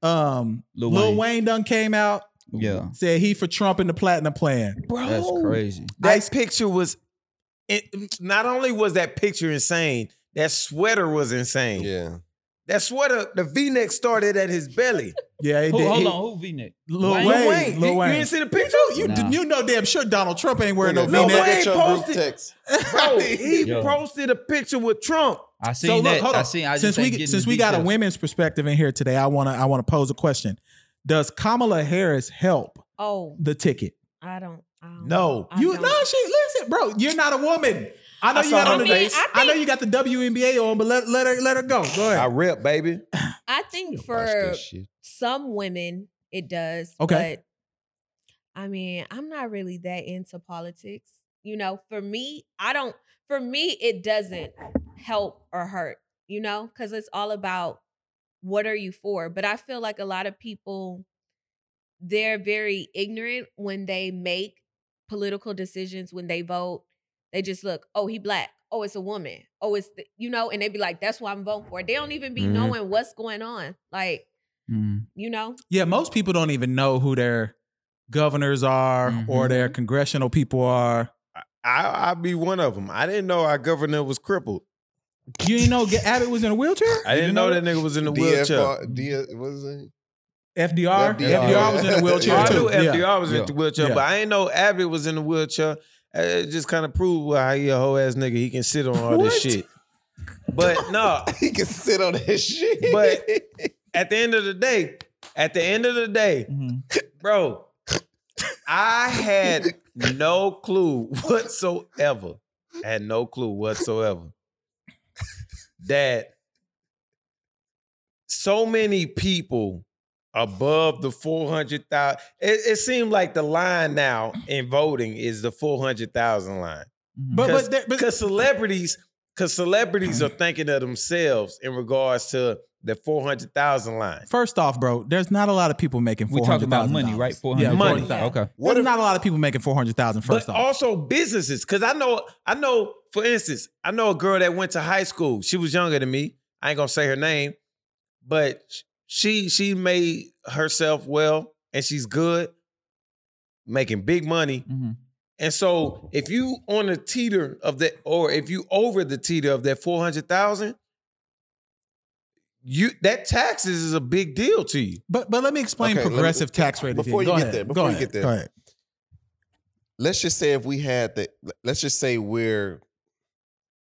Speaker 5: um Lil,
Speaker 1: Lil
Speaker 5: Wayne.
Speaker 1: Wayne. Oh.
Speaker 5: done came out,
Speaker 1: Yeah,
Speaker 5: said he for Trump and the platinum plan.
Speaker 8: Bro,
Speaker 1: that's crazy.
Speaker 8: That picture was. It, not only was that picture insane, that sweater was insane.
Speaker 7: Yeah.
Speaker 8: That sweater, the V-neck started at his belly.
Speaker 5: Yeah, he
Speaker 1: Who,
Speaker 5: did.
Speaker 1: hold
Speaker 5: he-
Speaker 1: on, who V-neck?
Speaker 5: Lil
Speaker 1: Wayne?
Speaker 5: Wayne.
Speaker 8: Lil Wayne,
Speaker 5: Lil
Speaker 8: you,
Speaker 5: Wayne.
Speaker 8: you didn't see the picture,
Speaker 5: You,
Speaker 1: Nah.
Speaker 5: you know damn sure Donald Trump ain't wearing no
Speaker 7: Nigga,
Speaker 8: Lil
Speaker 5: V-neck.
Speaker 7: look at
Speaker 8: Wayne
Speaker 7: your group
Speaker 8: posted-
Speaker 7: text.
Speaker 8: bro. He
Speaker 1: Yo.
Speaker 8: posted a picture with Trump.
Speaker 1: I seen
Speaker 5: look,
Speaker 1: that.
Speaker 5: hold
Speaker 1: I
Speaker 5: on.
Speaker 1: seen. I just
Speaker 5: since
Speaker 1: ain't
Speaker 5: we
Speaker 1: getting
Speaker 5: since
Speaker 1: the
Speaker 5: we got a
Speaker 1: details.
Speaker 5: women's perspective in here today, I wanna I wanna pose a question. Does Kamala Harris help
Speaker 6: Oh,
Speaker 5: the ticket?
Speaker 6: I don't. I don't
Speaker 8: No.
Speaker 6: Oh, I
Speaker 5: you
Speaker 6: don't.
Speaker 5: no, she listen, bro. You're not a woman. I know
Speaker 8: I
Speaker 5: you
Speaker 8: saw
Speaker 5: got
Speaker 8: her
Speaker 5: on the,
Speaker 6: face. I mean, I
Speaker 5: I know you got the WNBA on, but let, let her let her go. Go ahead.
Speaker 8: I rep, baby.
Speaker 6: I think for some women it does.
Speaker 5: Okay.
Speaker 6: But I mean, I'm not really that into politics. You know, for me, I don't for me it doesn't help or hurt, you know, cuz it's all about what are you for? But I feel like a lot of people they're very ignorant when they make political decisions when they vote. They just look, "Oh, he black. Oh, it's a woman. Oh, it's the, you know," and they be like, "That's why I'm voting for." it." They don't even be
Speaker 8: Mhm.
Speaker 6: knowing what's going on. Like
Speaker 1: Mm.
Speaker 6: you know?
Speaker 5: Yeah, most people don't even know who their governors are or
Speaker 1: Mhm.
Speaker 5: their congressional people are.
Speaker 8: I, I'd be one of them. I didn't know our governor was crippled.
Speaker 5: You didn't know G- Abbott was in a wheelchair?
Speaker 8: I didn't know that nigga was in the uh, wheelchair.
Speaker 7: DFR, D, what is it?
Speaker 5: FDR. FDR,
Speaker 7: FDR.
Speaker 5: was in a wheelchair
Speaker 8: Oh, I
Speaker 5: too.
Speaker 8: knew FDR
Speaker 5: Yeah.
Speaker 8: was
Speaker 1: Yeah.
Speaker 8: in the wheelchair,
Speaker 5: Yeah.
Speaker 8: but I didn't know Abbott was in the wheelchair. Uh, It just kind of proved why he a whole ass nigga. He can sit on all
Speaker 5: What?
Speaker 8: this shit. But no,
Speaker 7: He can sit on that shit.
Speaker 8: But- at the end of the day, at the end of the day,
Speaker 1: Mm-hmm.
Speaker 8: bro, I had no clue whatsoever. I had no clue whatsoever that so many people above the 400,000 it, it seemed like the line now in voting is the 400,000 line
Speaker 5: But but, there, but
Speaker 8: because celebrities because celebrities are thinking of themselves in regards to the 400,000 line
Speaker 5: first off, bro, there's not a lot of people making
Speaker 1: We
Speaker 5: four
Speaker 1: talking
Speaker 5: hundred
Speaker 1: about
Speaker 5: thousand.
Speaker 1: money, right? Four
Speaker 5: Yeah,
Speaker 1: hundred.
Speaker 8: Money.
Speaker 1: Okay.
Speaker 5: There's not a lot of people making four hundred thousand. First
Speaker 8: but
Speaker 5: off,
Speaker 8: also businesses. Cause I know, I know, for instance, I know a girl that went to high school. She was younger than me. I ain't gonna say her name, but she she made herself well and she's good, making big money.
Speaker 5: Mm-hmm.
Speaker 1: Mhm.
Speaker 8: And so if you on the teeter of that, or if you over the teeter of that 400,000, you that taxes is a big deal to you.
Speaker 5: but but let me explain
Speaker 7: Okay, let me-
Speaker 5: progressive tax rate.
Speaker 7: before
Speaker 5: again.
Speaker 7: you
Speaker 5: Go
Speaker 7: get
Speaker 5: ahead.
Speaker 7: there,
Speaker 5: Go
Speaker 7: before you
Speaker 5: ahead.
Speaker 7: get there.
Speaker 5: Go ahead.
Speaker 7: let's just say if we had the let's just say we're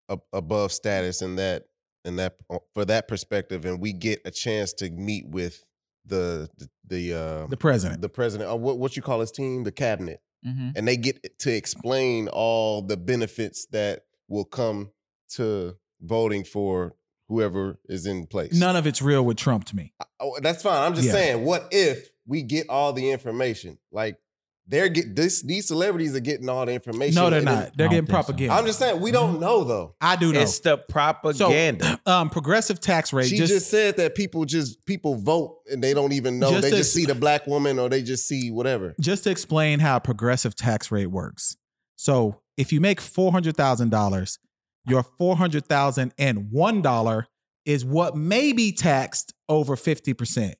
Speaker 7: a, above status in that in that uh, for that perspective and we get a chance to meet with the the the, uh,
Speaker 5: The
Speaker 7: the,
Speaker 5: president.
Speaker 7: president or what, what you call his team the cabinet
Speaker 1: Mm-hmm.
Speaker 7: and they get to explain all the benefits that will come to voting for whoever is in place
Speaker 5: None of it's real with Trump to me.
Speaker 7: Oh, that's fine. I'm just
Speaker 5: Yeah.
Speaker 7: saying, what if we get all the information? Like they're get this these celebrities are getting all the information.
Speaker 5: No, they're
Speaker 7: and then-
Speaker 5: not. Mm-hmm. They're
Speaker 1: I don't
Speaker 5: getting
Speaker 1: think so.
Speaker 5: propaganda.
Speaker 7: I'm just saying we don't know though.
Speaker 5: I do know.
Speaker 8: It's the propaganda.
Speaker 5: um, progressive tax rate.
Speaker 7: she
Speaker 5: just,
Speaker 7: just, said that people just people vote and they don't even know.
Speaker 5: Just
Speaker 7: they
Speaker 5: to
Speaker 7: just see the black woman or they just see whatever.
Speaker 5: just to explain how progressive tax rate works. So if you make four hundred thousand dollars, your four hundred thousand and one dollar is what may be taxed over 50%,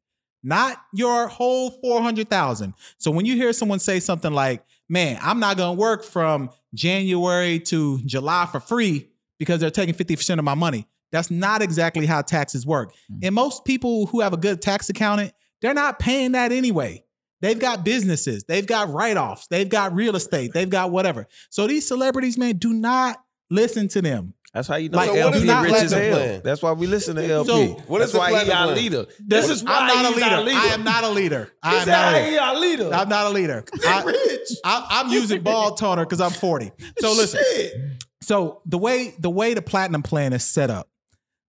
Speaker 5: not your whole 400,000. So when you hear someone say something like, "Man, I'm not going to work from January to July for free because they're taking 50% of my money." That's not exactly how taxes work. And most people who have a good tax accountant, they're not paying that anyway. They've got businesses, they've got write offs, they've got real estate, they've got whatever. So these celebrities, man, do not listen to them.
Speaker 8: That's how you know
Speaker 5: Like,
Speaker 8: LP
Speaker 5: what is
Speaker 8: rich
Speaker 5: not
Speaker 8: as
Speaker 5: platinum
Speaker 8: hell.
Speaker 7: plan?
Speaker 8: That's why we listen to LP.
Speaker 5: So,
Speaker 8: what is
Speaker 7: the
Speaker 8: why he
Speaker 7: platinum
Speaker 8: our
Speaker 7: plan?
Speaker 8: leader. This is why
Speaker 5: I'm not a
Speaker 8: he's
Speaker 5: leader.
Speaker 8: our leader.
Speaker 5: I am not a leader. I am
Speaker 8: That's how
Speaker 5: not a
Speaker 8: he
Speaker 5: leader.
Speaker 8: our leader.
Speaker 5: I'm not a leader. I, I, am using ball toner because I'm 40. So listen. So the way the way the platinum plan is set up,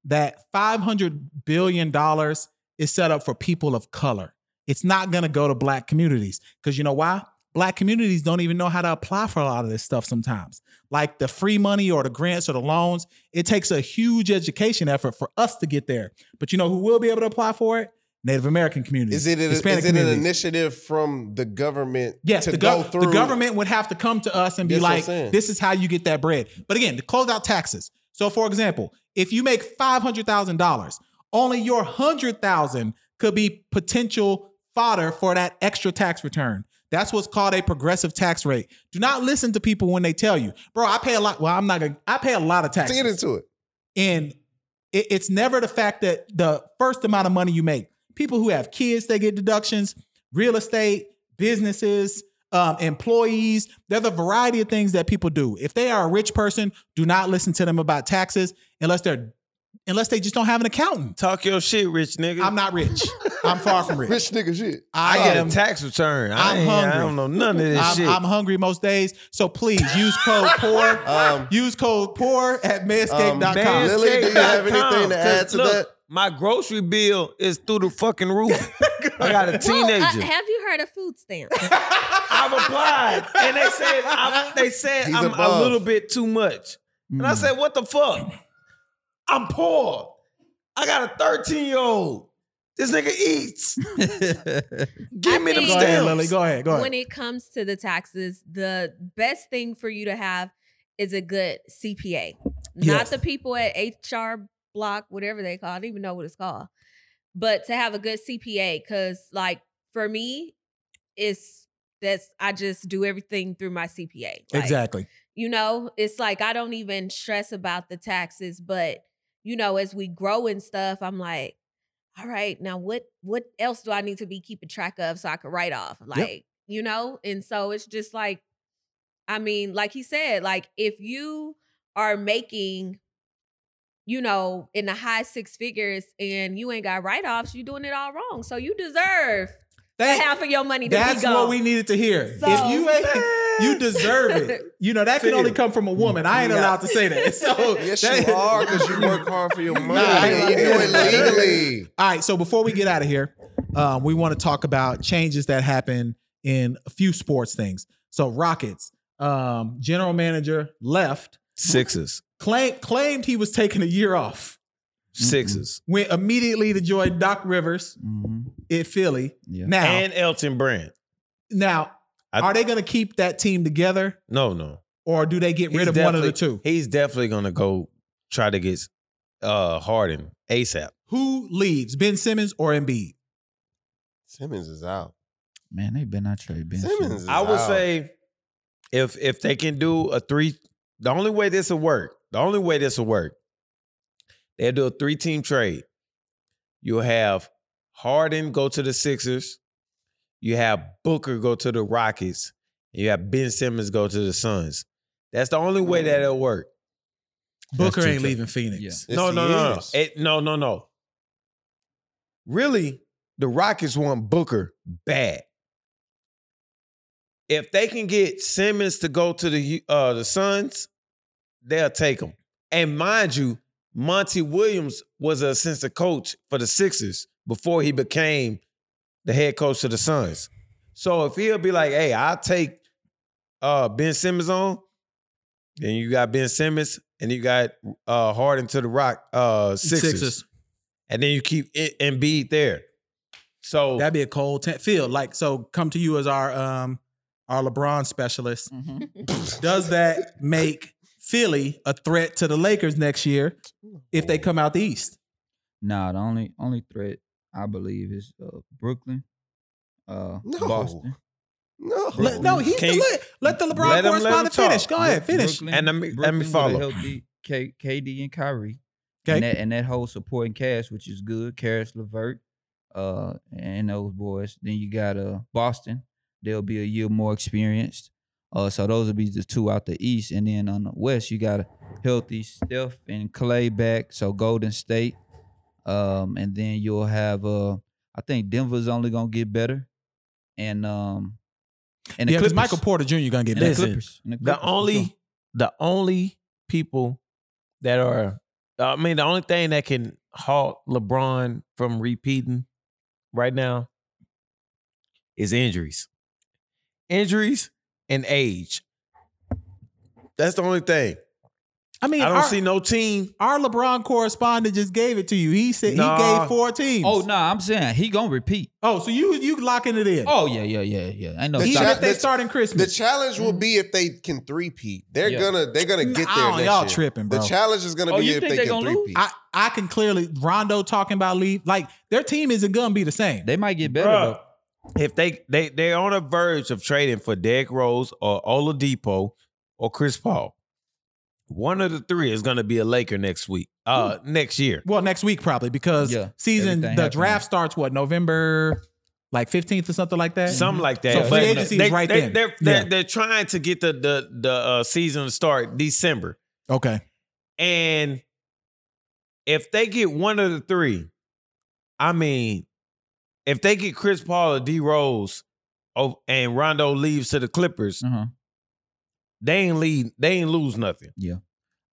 Speaker 5: that 500 billion dollars is set up for people of color. It's not gonna go to black communities because you know why? Black communities don't even know how to apply for a lot of this stuff sometimes. Like the free money or the grants or the loans, it takes a huge education effort for us to get there. But you know who will be able to apply for it? Native American
Speaker 7: Is
Speaker 5: communities.
Speaker 7: it, a, is
Speaker 5: Hispanic
Speaker 7: it an
Speaker 5: communities.
Speaker 7: initiative from the government
Speaker 5: Yes,
Speaker 7: to
Speaker 5: the,
Speaker 7: go
Speaker 5: gov-
Speaker 7: through?
Speaker 5: the government would have to come to us and be
Speaker 7: That's what I'm
Speaker 5: like,
Speaker 7: saying.
Speaker 5: this is how you get that bread. But again, to close out taxes. So for example, if you make $500,000, only your 100,000 could be potential fodder for that extra tax return. That's what's called a progressive tax rate. Do not listen to people when they tell you, bro, I pay a lot. Well, I'm not going to, I pay a lot of
Speaker 7: to
Speaker 5: taxes.
Speaker 7: get into it.
Speaker 5: And it, it's never the fact that the first amount of money you make. People who have kids, they get deductions. Real estate, businesses, um, employees. There's a variety of things that people do. If they are a rich person, do not listen to them about taxes unless they're unless they just don't have an accountant.
Speaker 8: Talk your shit, rich nigga.
Speaker 5: I'm not rich. I'm far from rich.
Speaker 7: Rich Oh, nigga shit.
Speaker 8: I get
Speaker 5: am-
Speaker 8: a tax return. I,
Speaker 5: I'm
Speaker 8: ain't- I
Speaker 5: hungry.
Speaker 8: don't know none of this
Speaker 5: I'm,
Speaker 8: shit.
Speaker 5: I'm hungry most days, so please use code poor.
Speaker 7: Um,
Speaker 5: use code poor at
Speaker 7: um,
Speaker 5: manscaped.com.
Speaker 7: man- Lily, do you have anything to add to
Speaker 8: Look,
Speaker 7: that?
Speaker 8: My grocery bill is through the fucking roof. I got a
Speaker 6: Well, uh,
Speaker 8: teenager.
Speaker 6: have you heard of food stamps?
Speaker 8: I've applied, and they said i they said
Speaker 7: He's
Speaker 8: I'm
Speaker 7: above.
Speaker 8: a little bit too much. And
Speaker 5: Hmm.
Speaker 8: I said, "What the fuck? I'm poor. I got a 13 year old. This nigga eats.
Speaker 1: Mm-hmm.
Speaker 8: Give me them
Speaker 6: think-
Speaker 5: go ahead,
Speaker 8: stamps.
Speaker 5: Lily. Go ahead. Go ahead.
Speaker 6: when it comes to the taxes, the best thing for you to have is a good CPA, not
Speaker 5: Yes.
Speaker 6: the people at HR Block, whatever they call. it. I don't even know what it's called, but to have a good CPA, because like for me, it's that's I just do everything through my CPA. Like,
Speaker 5: exactly.
Speaker 6: You know, it's like I don't even stress about the taxes, but you know, as we grow and stuff, I'm like, all right, now what what else do I need to be keeping track of so I could write off? Like, you know? And so it's just like, I mean, like he said, like if you are making, you know, in the high six figures and you ain't got write offs, you doing it all wrong. So you deserve
Speaker 5: Thank-
Speaker 6: half of your money to
Speaker 5: That's
Speaker 6: be gone.
Speaker 5: what we needed to hear.
Speaker 6: So-
Speaker 5: if you ain't, you deserve it. You know that can
Speaker 8: Feel.
Speaker 5: only come from a woman. I ain't allowed to say that. So
Speaker 7: Yes,
Speaker 5: that-
Speaker 7: you are because you work hard for your money.
Speaker 5: I ain't
Speaker 7: you
Speaker 5: like
Speaker 7: do it
Speaker 5: that.
Speaker 7: legally.
Speaker 5: All right. So before we get out of here, um, we want to talk about changes that happen in a few sports things. So Rockets um, general manager left.
Speaker 8: Sixes,
Speaker 5: Claim, claimed he was taking a year off. Mm-hmm.
Speaker 8: sixes,
Speaker 5: Went immediately to join Doc Rivers
Speaker 1: Mhm.
Speaker 5: in Philly.
Speaker 1: Yeah.
Speaker 5: Now,
Speaker 8: and Elton Brand.
Speaker 5: now,
Speaker 8: I-
Speaker 5: are they going to keep that team together,
Speaker 8: No, no.
Speaker 5: or do they get
Speaker 8: He's
Speaker 5: rid of one of the
Speaker 8: definitely-
Speaker 5: two?
Speaker 8: He's definitely gonna go try to get uh Harden ASAP.
Speaker 5: Who leaves, Ben Simmons or Embiid?
Speaker 7: Simmons is out.
Speaker 1: Man, they better not trade Ben
Speaker 7: Simmons is
Speaker 8: I would
Speaker 7: out.
Speaker 8: say if if they can do a three, the only way this will work, the only way this will work, they'll do a three team trade. You'll have Harden go to the Sixers, you have Booker go to the Rockets, and you have Ben Simmons go to the Suns. That's the only way
Speaker 7: Mm.
Speaker 8: that it'll work.
Speaker 5: Booker
Speaker 1: too
Speaker 5: ain't
Speaker 1: true.
Speaker 5: leaving Phoenix.
Speaker 1: Yeah.
Speaker 7: Yes,
Speaker 8: no,
Speaker 7: he
Speaker 8: no, no, no,
Speaker 7: is.
Speaker 8: It- no, no, no. Really, the Rockets want Booker bad. If they can get Simmons to go to the U- uh, the Suns, they'll take him. And mind you, Monty Williams was an assistant coach for the Sixers before he became the head coach of the Suns. So if he'll be like, "Hey, I'll take uh, Ben Simmons on," then you got Ben Simmons, and you got uh, Harden to the Rock uh, Sixers,
Speaker 5: Sixers.
Speaker 8: and then you keep it, Embiid there.
Speaker 7: Oh.
Speaker 8: So
Speaker 5: That'd be a cold tent field. Like, so come to you as our um our LeBron specialist.
Speaker 1: Simmons.
Speaker 5: Does that make Philly a threat to the Lakers next year if they come out the East?
Speaker 1: Nah, the only only threat I believe is uh, Brooklyn, uh,
Speaker 7: No.
Speaker 1: Boston.
Speaker 7: No.
Speaker 5: Let, no, he's
Speaker 8: Can
Speaker 5: the,
Speaker 8: you-
Speaker 5: let, let the LeBron
Speaker 8: Let him- let him
Speaker 5: correspondent finish.
Speaker 8: talk.
Speaker 5: Go ahead, finish.
Speaker 1: Brooklyn-
Speaker 8: And let me- let me
Speaker 1: Brooklyn with a
Speaker 8: follow.
Speaker 1: Healthy K, KD and Kyrie.
Speaker 5: Okay.
Speaker 1: And that, and that whole supporting cast, which is good. Karis Levert, uh, and those boys. Then you got uh Boston. They'll be a year more experienced. Uh, so those will be the two out the East, and then on the West, you got a healthy Steph and Clay back. So Golden State, um, and then you'll have uh, I think Denver's only gonna get better, and um, and the
Speaker 5: yeah, because
Speaker 1: Clippers.
Speaker 5: Michael Porter Jr. gonna get
Speaker 1: and
Speaker 5: this.
Speaker 1: the
Speaker 8: Listen,
Speaker 1: Clippers, and the Clippers
Speaker 8: The
Speaker 1: for sure.
Speaker 8: only the only people that are I mean the only thing that can halt LeBron from repeating right now is injuries. Injuries and age. That's the only thing.
Speaker 5: I mean,
Speaker 8: I don't
Speaker 5: our,
Speaker 8: see no team.
Speaker 5: our LeBron correspondent just gave it to you. He said he
Speaker 8: Nah.
Speaker 5: gave four teams.
Speaker 1: Oh no, I'm saying he gonna repeat.
Speaker 5: Oh, so you you locking it in?
Speaker 1: Oh yeah, yeah, yeah, yeah. Ain't no
Speaker 7: The
Speaker 1: stopping.
Speaker 5: even
Speaker 7: shot-
Speaker 5: if they
Speaker 7: the-
Speaker 5: starting
Speaker 7: The
Speaker 5: Christmas.
Speaker 7: challenge will be if they can three peat. They're
Speaker 1: Yeah.
Speaker 7: gonna they're gonna get
Speaker 5: I
Speaker 7: there.
Speaker 5: don't-
Speaker 7: next
Speaker 5: y'all
Speaker 7: year.
Speaker 5: tripping, bro.
Speaker 7: The challenge is gonna
Speaker 1: Oh,
Speaker 7: be
Speaker 1: you
Speaker 7: if
Speaker 1: think
Speaker 7: they
Speaker 1: they
Speaker 7: can
Speaker 1: gonna
Speaker 7: three
Speaker 1: lose?
Speaker 7: peat.
Speaker 5: I I can clearly Rondo talking about leave. Like their team isn't gonna be the same.
Speaker 1: They might get better.
Speaker 8: Bruh, If they they they're on the verge of trading for Derrick Rose or Oladipo or Chris Paul. One of the three is going to be a Laker next week. Uh next year.
Speaker 5: well, next week probably because
Speaker 1: Yeah,
Speaker 5: season the
Speaker 1: everything happening.
Speaker 5: draft starts what November like fifteenth or something like that. Mm-hmm.
Speaker 8: Something like that.
Speaker 5: So
Speaker 1: free
Speaker 8: But
Speaker 5: agency is
Speaker 8: they,
Speaker 5: right
Speaker 8: they,
Speaker 5: then.
Speaker 8: They're, they're,
Speaker 5: Yeah.
Speaker 8: they're trying to get the the the uh, season to start December,
Speaker 5: okay.
Speaker 8: and if they get one of the three, I mean, if they get Chris Paul or D Rose, oh, and Rondo leaves to the Clippers,
Speaker 1: though.
Speaker 5: Mm-hmm.
Speaker 1: Uh-huh.
Speaker 8: they ain't lead, they ain't lose nothing.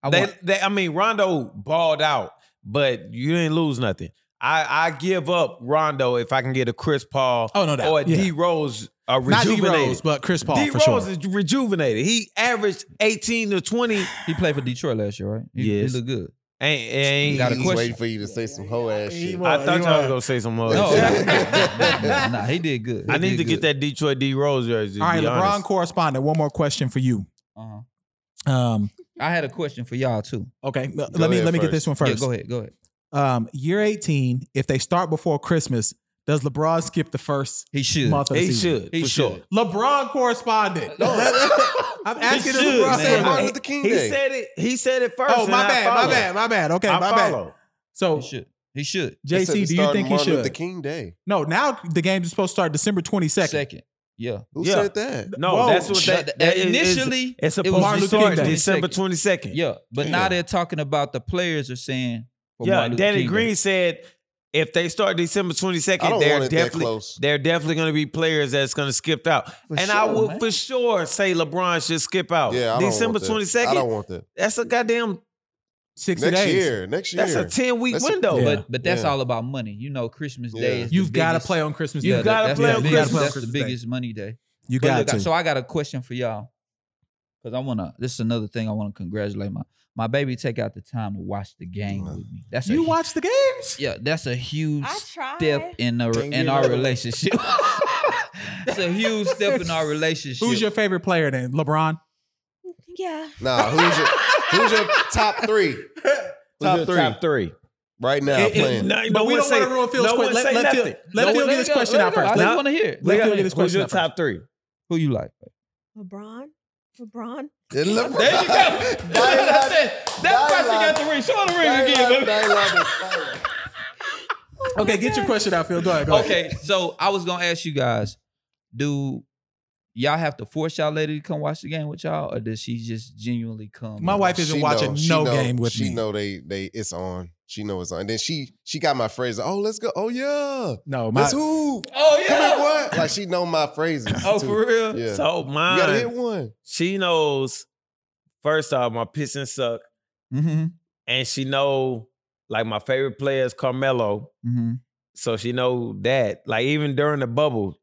Speaker 1: I
Speaker 8: they,
Speaker 1: want,
Speaker 8: they, I mean, Rondo balled out, but you didn't lose nothing. I, I give up Rondo if I can get a Chris Paul
Speaker 5: Oh no doubt.
Speaker 8: or a
Speaker 5: Yeah.
Speaker 8: D Rose, a
Speaker 5: Not D
Speaker 8: rejuvenated.
Speaker 5: Rose, but Chris Paul
Speaker 8: D
Speaker 5: for
Speaker 8: Rose
Speaker 5: sure.
Speaker 8: is rejuvenated. He averaged 18 to 20. And,
Speaker 1: he played for Detroit last year, right? He,
Speaker 8: Yes.
Speaker 1: he looked good.
Speaker 8: and
Speaker 1: You got a
Speaker 7: He's
Speaker 1: question.
Speaker 7: waiting for you to say some hoe ass
Speaker 5: He
Speaker 7: shit.
Speaker 5: was.
Speaker 8: I thought y'all was gonna say some more.
Speaker 1: No,
Speaker 8: shit.
Speaker 1: nah, nah, nah, he did good. He
Speaker 8: Oh, I need
Speaker 1: did
Speaker 8: to get
Speaker 1: good.
Speaker 8: that Detroit D Rose jersey.
Speaker 5: All right,
Speaker 8: be
Speaker 5: LeBron
Speaker 8: honest.
Speaker 5: correspondent. One more question for you.
Speaker 1: Uh-huh.
Speaker 5: Um,
Speaker 1: I had a question for y'all too.
Speaker 5: okay, let me let me
Speaker 7: ahead
Speaker 5: get
Speaker 7: first.
Speaker 5: this one
Speaker 1: Yeah,
Speaker 5: first.
Speaker 1: go ahead, go ahead.
Speaker 5: um, year 18, if they start before Christmas, does LeBron skip the first
Speaker 1: He should.
Speaker 5: month of the
Speaker 8: He
Speaker 5: season?
Speaker 8: should.
Speaker 1: He
Speaker 8: for
Speaker 1: should.
Speaker 8: sure.
Speaker 5: LeBron correspondent. I'm asking the
Speaker 8: should,
Speaker 5: LeBron.
Speaker 8: man.
Speaker 7: Said Martin
Speaker 5: correspondent.
Speaker 7: Luther King
Speaker 8: He
Speaker 7: Day.
Speaker 8: said it. He said it first.
Speaker 5: Oh,
Speaker 8: and
Speaker 5: my
Speaker 8: I
Speaker 5: bad, my
Speaker 8: followed.
Speaker 5: bad, my bad. Okay,
Speaker 8: I
Speaker 5: my bad.
Speaker 8: follow.
Speaker 5: So,
Speaker 1: He should. He should.
Speaker 7: They said the
Speaker 5: JC, do you
Speaker 7: start
Speaker 5: think
Speaker 7: of
Speaker 5: he
Speaker 7: Martin Luther
Speaker 5: should?
Speaker 7: King Day.
Speaker 5: No, now the game is supposed to start December 22nd.
Speaker 1: Second. Yeah.
Speaker 7: Who
Speaker 8: Yeah.
Speaker 7: said that?
Speaker 8: No,
Speaker 5: Whoa.
Speaker 8: that's what
Speaker 1: That,
Speaker 8: that,
Speaker 1: that
Speaker 8: is-
Speaker 1: initially,
Speaker 8: It's
Speaker 1: it
Speaker 8: supposed
Speaker 1: was
Speaker 5: Martin
Speaker 8: to
Speaker 5: Luther
Speaker 8: start
Speaker 5: King Day.
Speaker 8: December 22nd.
Speaker 1: yeah, but now
Speaker 7: Yeah.
Speaker 1: they're talking about the players are saying. for
Speaker 8: yeah.
Speaker 1: Martin Luther
Speaker 8: Danny
Speaker 1: King Day.
Speaker 8: Green said if they start December
Speaker 7: I
Speaker 8: 22nd,
Speaker 7: don't want
Speaker 8: they're
Speaker 7: it that
Speaker 8: definitely
Speaker 7: close.
Speaker 8: they're definitely going to be players that's going to skip out. and I
Speaker 1: sure,
Speaker 8: will
Speaker 1: man.
Speaker 8: for sure say LeBron should skip out.
Speaker 7: Yeah, I don't
Speaker 8: December
Speaker 7: want that. I don't
Speaker 8: 22nd.
Speaker 7: want that.
Speaker 8: That's a goddamn
Speaker 5: 60
Speaker 7: Next
Speaker 5: days.
Speaker 7: year. Next year.
Speaker 8: That's a 10 week
Speaker 7: That's a-
Speaker 8: window.
Speaker 5: Yeah.
Speaker 1: But but that's
Speaker 7: Yeah.
Speaker 1: all about money. You know, Christmas
Speaker 7: Yeah.
Speaker 1: Day. Is
Speaker 5: You've
Speaker 1: got to
Speaker 5: play on Christmas
Speaker 8: You
Speaker 5: Day.
Speaker 8: gotta
Speaker 1: that's
Speaker 8: play
Speaker 1: the
Speaker 8: on
Speaker 1: biggest-
Speaker 5: Christmas.
Speaker 1: That's the
Speaker 5: Christmas Day.
Speaker 1: biggest money day.
Speaker 5: You
Speaker 1: But
Speaker 5: got
Speaker 1: look, I-
Speaker 5: to.
Speaker 1: So I got a question for y'all. Cause I wanna this is another thing I wanna congratulate my my baby take out the time to watch the game with me. That's
Speaker 5: you
Speaker 1: a, hu-
Speaker 5: watch the games?
Speaker 1: yeah, that's a huge
Speaker 6: I tried.
Speaker 1: step in a,
Speaker 7: Dang
Speaker 1: in
Speaker 7: it.
Speaker 1: our relationship. it's a huge step in our relationship.
Speaker 5: Who's your favorite player then? LeBron?
Speaker 6: Yeah.
Speaker 7: Nah, who's your who's your top three?
Speaker 8: top,
Speaker 7: your
Speaker 8: three.
Speaker 7: top
Speaker 8: three.
Speaker 7: Right now
Speaker 5: It- it-
Speaker 7: playing.
Speaker 8: No,
Speaker 5: But we
Speaker 8: one
Speaker 5: don't
Speaker 8: say-
Speaker 5: want to ruin Phil's
Speaker 8: no one
Speaker 5: question. Let,
Speaker 8: say
Speaker 5: let,
Speaker 8: nothing.
Speaker 5: Phil, let
Speaker 1: No,
Speaker 5: Phil
Speaker 1: let
Speaker 5: get his
Speaker 1: it go,
Speaker 5: question
Speaker 1: let
Speaker 5: out
Speaker 1: it go.
Speaker 5: first.
Speaker 1: I just
Speaker 5: Let-
Speaker 1: want to hear. it.
Speaker 5: Let
Speaker 8: Who's
Speaker 5: Phil
Speaker 8: your-
Speaker 5: get his
Speaker 8: Who's
Speaker 5: question
Speaker 8: your
Speaker 5: out first.
Speaker 8: top three?
Speaker 1: Who you like?
Speaker 6: LeBron. LeBron.
Speaker 7: There you go.
Speaker 1: There you go. That's what I said. That
Speaker 7: Dialogue.
Speaker 1: person got the ring. Show her the ring again, baby.
Speaker 5: Okay, get your question out, Phil. Go ahead. Go ahead.
Speaker 1: Okay, so I was gonna ask you guys, do y'all have to force y'all lady to come watch the game with y'all, or does she just genuinely come?
Speaker 5: My
Speaker 1: and
Speaker 5: wife isn't watching no game with
Speaker 7: she
Speaker 5: me.
Speaker 7: know they they it's on. She know it's on. And then she she got my phrase. Oh, let's go. Oh yeah.
Speaker 5: No, my,
Speaker 7: Let's who?
Speaker 1: Oh
Speaker 7: Come here,
Speaker 1: yeah.
Speaker 7: boy. Like she know my phrases.
Speaker 1: Oh
Speaker 7: too.
Speaker 1: for real?
Speaker 7: Yeah.
Speaker 8: So
Speaker 7: you gotta hit
Speaker 8: mine,
Speaker 7: one.
Speaker 8: she knows. First off, my Pistons suck,
Speaker 1: Mm-hmm.
Speaker 8: and she know like my favorite player is Carmelo,
Speaker 1: Mm-hmm.
Speaker 8: so she know that. Like even during the bubble,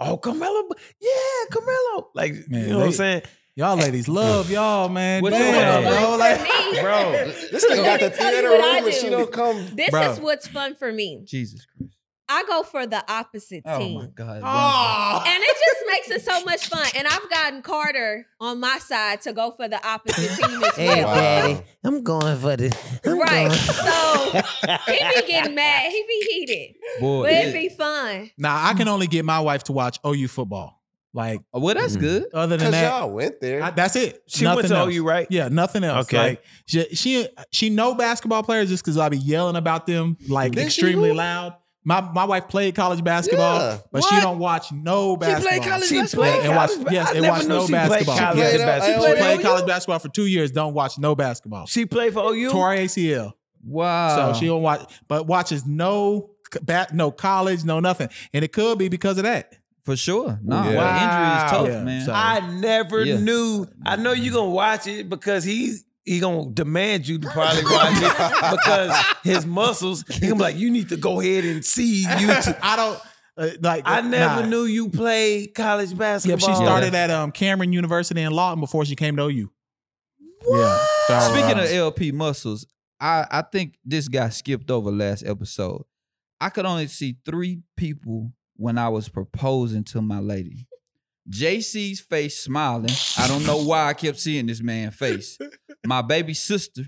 Speaker 8: oh Carmelo, yeah Carmelo, like
Speaker 5: Man,
Speaker 8: you know what I'm
Speaker 5: they-
Speaker 8: saying,
Speaker 5: y'all ladies love y'all, man.
Speaker 1: What's
Speaker 5: Damn,
Speaker 1: up?
Speaker 5: bro. Like,
Speaker 8: bro.
Speaker 7: This nigga got
Speaker 6: Let me
Speaker 7: the
Speaker 6: tell you
Speaker 7: theater
Speaker 6: what I
Speaker 7: room and
Speaker 6: do.
Speaker 7: she don't come.
Speaker 6: This
Speaker 5: Bro.
Speaker 6: is what's fun for me.
Speaker 1: Jesus Christ.
Speaker 6: I go for the opposite
Speaker 1: Oh
Speaker 6: team.
Speaker 1: my god.
Speaker 6: And it just makes it so much fun. And I've gotten Carter on my side to go for the opposite team as
Speaker 9: Hey,
Speaker 6: well.
Speaker 7: Wow.
Speaker 9: daddy, I'm going for the. I'm
Speaker 6: Right.
Speaker 9: going-
Speaker 6: So he be getting mad. He be heated.
Speaker 1: Boy,
Speaker 6: But it
Speaker 1: it-
Speaker 6: be fun.
Speaker 5: Now I can only get my wife to watch OU football. Like
Speaker 1: Oh, well, that's
Speaker 8: Mhm.
Speaker 1: good.
Speaker 5: other than
Speaker 7: Because
Speaker 5: that,
Speaker 7: y'all went there.
Speaker 5: I- that's it.
Speaker 8: She went
Speaker 5: Nothing
Speaker 8: to
Speaker 5: else.
Speaker 8: OU, right?
Speaker 5: Yeah, nothing else.
Speaker 8: Okay.
Speaker 5: Like she she, she know basketball players just because I be yelling about them like
Speaker 7: Didn't she
Speaker 5: extremely
Speaker 7: hoop?
Speaker 5: loud. My my wife played college basketball,
Speaker 7: Yeah.
Speaker 5: but she don't watch no basketball.
Speaker 9: She
Speaker 5: played and watched- yes,
Speaker 8: I
Speaker 5: and
Speaker 8: never
Speaker 5: watched
Speaker 8: knew
Speaker 5: no
Speaker 8: she played
Speaker 5: basketball.
Speaker 8: college
Speaker 7: She played-
Speaker 5: She
Speaker 8: basketball.
Speaker 7: Oh,
Speaker 5: played
Speaker 7: yeah.
Speaker 5: college basketball for two years. Don't watch no basketball.
Speaker 8: She Oh. played for OU.
Speaker 5: Tore ACL,
Speaker 1: Wow.
Speaker 5: so she don't watch, but watches no c- ba- no college, no nothing, and it could be because of that.
Speaker 1: for sure. Nah,
Speaker 7: Yeah.
Speaker 1: wow.
Speaker 5: Wow.
Speaker 1: injury is tough,
Speaker 5: Yeah,
Speaker 1: man.
Speaker 5: so-
Speaker 8: I never
Speaker 1: Yeah.
Speaker 8: knew. I know
Speaker 5: Mm-hmm.
Speaker 8: you gonna watch it because he's he gonna demand you to probably watch it because his muscles. He gonna be like, you need to go ahead and see YouTube.
Speaker 5: I don't uh, like.
Speaker 8: I never
Speaker 5: nah.
Speaker 8: knew you played college
Speaker 5: Yep,
Speaker 8: basketball.
Speaker 5: she started at um, Cameron University in Lawton before she came to OU. What?
Speaker 1: Speaking of LP muscles, I, I think this guy skipped over last episode. I could only see three people when I was proposing to my lady. JC's face smiling. I don't know why I kept seeing this man's face. My baby sister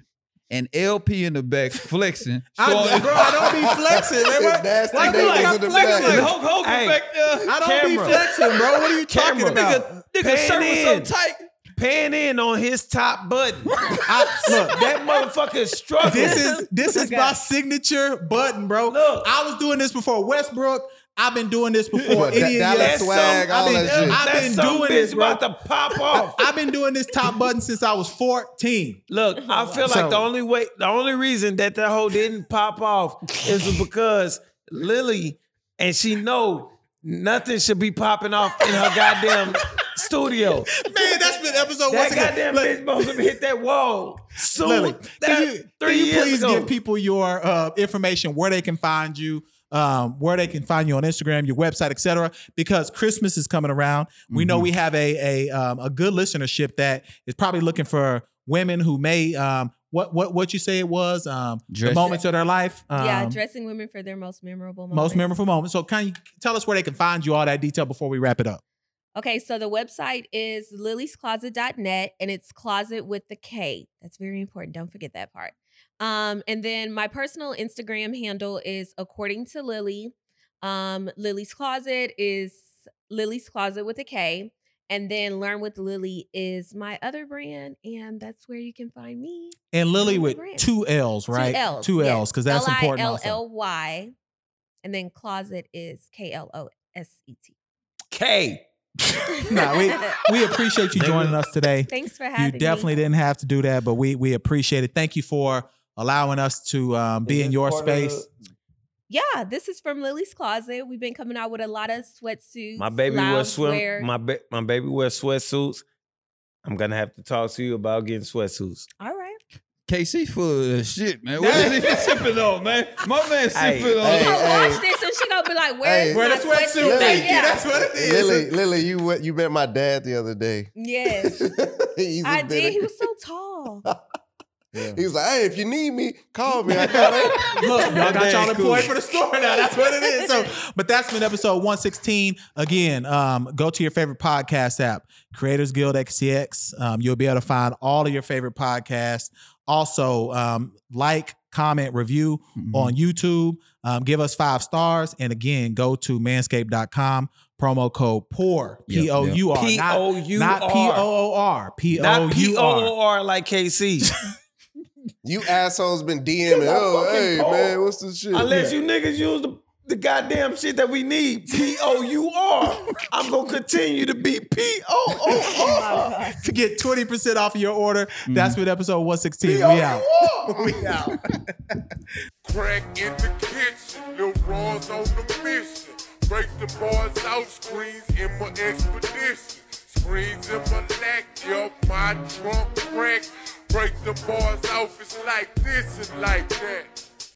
Speaker 1: and LP in the back flexing.
Speaker 5: I, bro, I don't be flexing. man. Why-
Speaker 7: Nasty
Speaker 5: why be like
Speaker 7: niggas
Speaker 5: I'm
Speaker 7: in the
Speaker 5: flexing?
Speaker 7: back.
Speaker 5: Hulk Hogan back there. I don't
Speaker 8: Camera.
Speaker 5: be flexing, bro. What are you talking
Speaker 8: Camera.
Speaker 5: about?
Speaker 1: Nigga,
Speaker 8: Pan
Speaker 1: shirt
Speaker 8: in.
Speaker 1: was so tight.
Speaker 8: pan in on his top button.
Speaker 5: I, look, that,
Speaker 8: that motherfucker struggled.
Speaker 5: this is this is my signature button, bro.
Speaker 8: Look.
Speaker 5: I was doing this before Westbrook. I've been doing this before.
Speaker 7: But that-
Speaker 5: Any of
Speaker 7: that
Speaker 5: y'all-
Speaker 7: is swag, all
Speaker 5: I've been,
Speaker 7: that shit.
Speaker 5: I've been
Speaker 8: some
Speaker 5: doing
Speaker 8: bitch
Speaker 5: this, bro.
Speaker 8: about to pop off.
Speaker 5: I've been doing this top button since I was 14.
Speaker 8: Look, I feel like
Speaker 5: So-
Speaker 8: the only way, the only reason that that hoe didn't pop off is because Lily and she know nothing should be popping off in her goddamn studio.
Speaker 5: Man, that's been episode
Speaker 8: That
Speaker 5: once again.
Speaker 8: goddamn
Speaker 5: Look,
Speaker 8: bitch supposed to hit that wall. Soon,
Speaker 5: Lily,
Speaker 8: that,
Speaker 5: can you, can
Speaker 8: three
Speaker 5: you
Speaker 8: years
Speaker 5: please
Speaker 8: ago.
Speaker 5: give people your uh, information where they can find you, um, where they can find you on Instagram, your website, etc. Because Christmas is coming around. We
Speaker 8: Mm-hmm.
Speaker 5: know we have a a um, a good listenership that is probably looking for women who may um, what what what you say it was um, the
Speaker 1: Dress-
Speaker 5: moments of their life. Um,
Speaker 6: yeah, dressing women for their most memorable moments.
Speaker 5: most memorable moments. So, can you tell us where they can find you all that detail before we wrap it up?
Speaker 6: Okay, so the website is lilyscloset.net and it's closet with the K. That's very important. Don't forget that part. Um, and then my personal Instagram handle is according to Lily. Um, Lily's Closet is Lily's Closet with a K. And then Learn with Lily is my other brand, and that's where you can find me.
Speaker 5: And Lily with
Speaker 6: Brands.
Speaker 5: two L's, right?
Speaker 6: Two L's.
Speaker 5: L's, because that's important.
Speaker 6: L
Speaker 5: also.
Speaker 6: L Y, and then closet is K L O S E T.
Speaker 8: K.
Speaker 5: Nah, we we appreciate you joining us today.
Speaker 6: Thanks for
Speaker 5: You
Speaker 6: having me.
Speaker 5: definitely didn't have to do that, but we we appreciate it. Thank you for allowing us to um, be in your space.
Speaker 6: Yeah, this is from Lily's Closet. We've been coming out with a lot of sweatsuits.
Speaker 8: My baby wears
Speaker 6: loungewear.
Speaker 8: swim. My ba- my baby wears sweatsuits. I'm gonna have to talk to you about getting sweatsuits.
Speaker 6: All right.
Speaker 1: KC full of shit, man. What is he sipping on, man? My man
Speaker 8: Hey,
Speaker 1: sipping on.
Speaker 7: hey.
Speaker 6: She gonna watch this and she gonna be like, "Where's
Speaker 7: Hey.
Speaker 6: my
Speaker 7: Where
Speaker 5: the
Speaker 6: sweatsuit?"
Speaker 5: sweatsuit?
Speaker 6: Like,
Speaker 5: Thank you.
Speaker 6: yeah.
Speaker 5: That's what it is.
Speaker 7: Lily, Lily, you went, you met my dad the other day.
Speaker 6: Yes,
Speaker 7: He's a
Speaker 6: I
Speaker 7: bit of-
Speaker 6: did. He was so tall.
Speaker 7: He was like, "Hey, if you need me, call me. I got it."
Speaker 5: Look, y'all got y'all
Speaker 1: Cool.
Speaker 5: employed for the store now. That's what it is. So, but that's been episode 116. Again, um, go to your favorite podcast app, Creators Guild XCX. Um, you'll be able to find all of your favorite podcasts. Also, um, like, comment, review on
Speaker 1: Mm-hmm.
Speaker 5: YouTube. Um, give us five stars. And again, go to manscaped.com, promo code POUR,
Speaker 1: Yep,
Speaker 5: P O U R.
Speaker 8: P
Speaker 5: Not
Speaker 8: O U
Speaker 5: not P
Speaker 8: R.
Speaker 5: O O R, P O
Speaker 8: Not P
Speaker 5: U
Speaker 8: O
Speaker 5: R.
Speaker 8: O R like KC.
Speaker 7: You assholes been DMing. Oh, hey man, what's this shit?
Speaker 8: Unless you niggas use the, the goddamn shit that we need. P O U R. I'm gonna continue to be P O O R.
Speaker 5: To get 20% off of your order,
Speaker 1: Mm-hmm.
Speaker 5: that's been episode 116.
Speaker 8: P
Speaker 5: We
Speaker 8: O U
Speaker 5: out.
Speaker 8: R. We out.
Speaker 4: Crack in the kitchen, Lil Raw's on the mission. Break the boys out, screens in my expedition. Screens in my lack, yup, my drunk wreck. Break the boys off, it's like this and like that.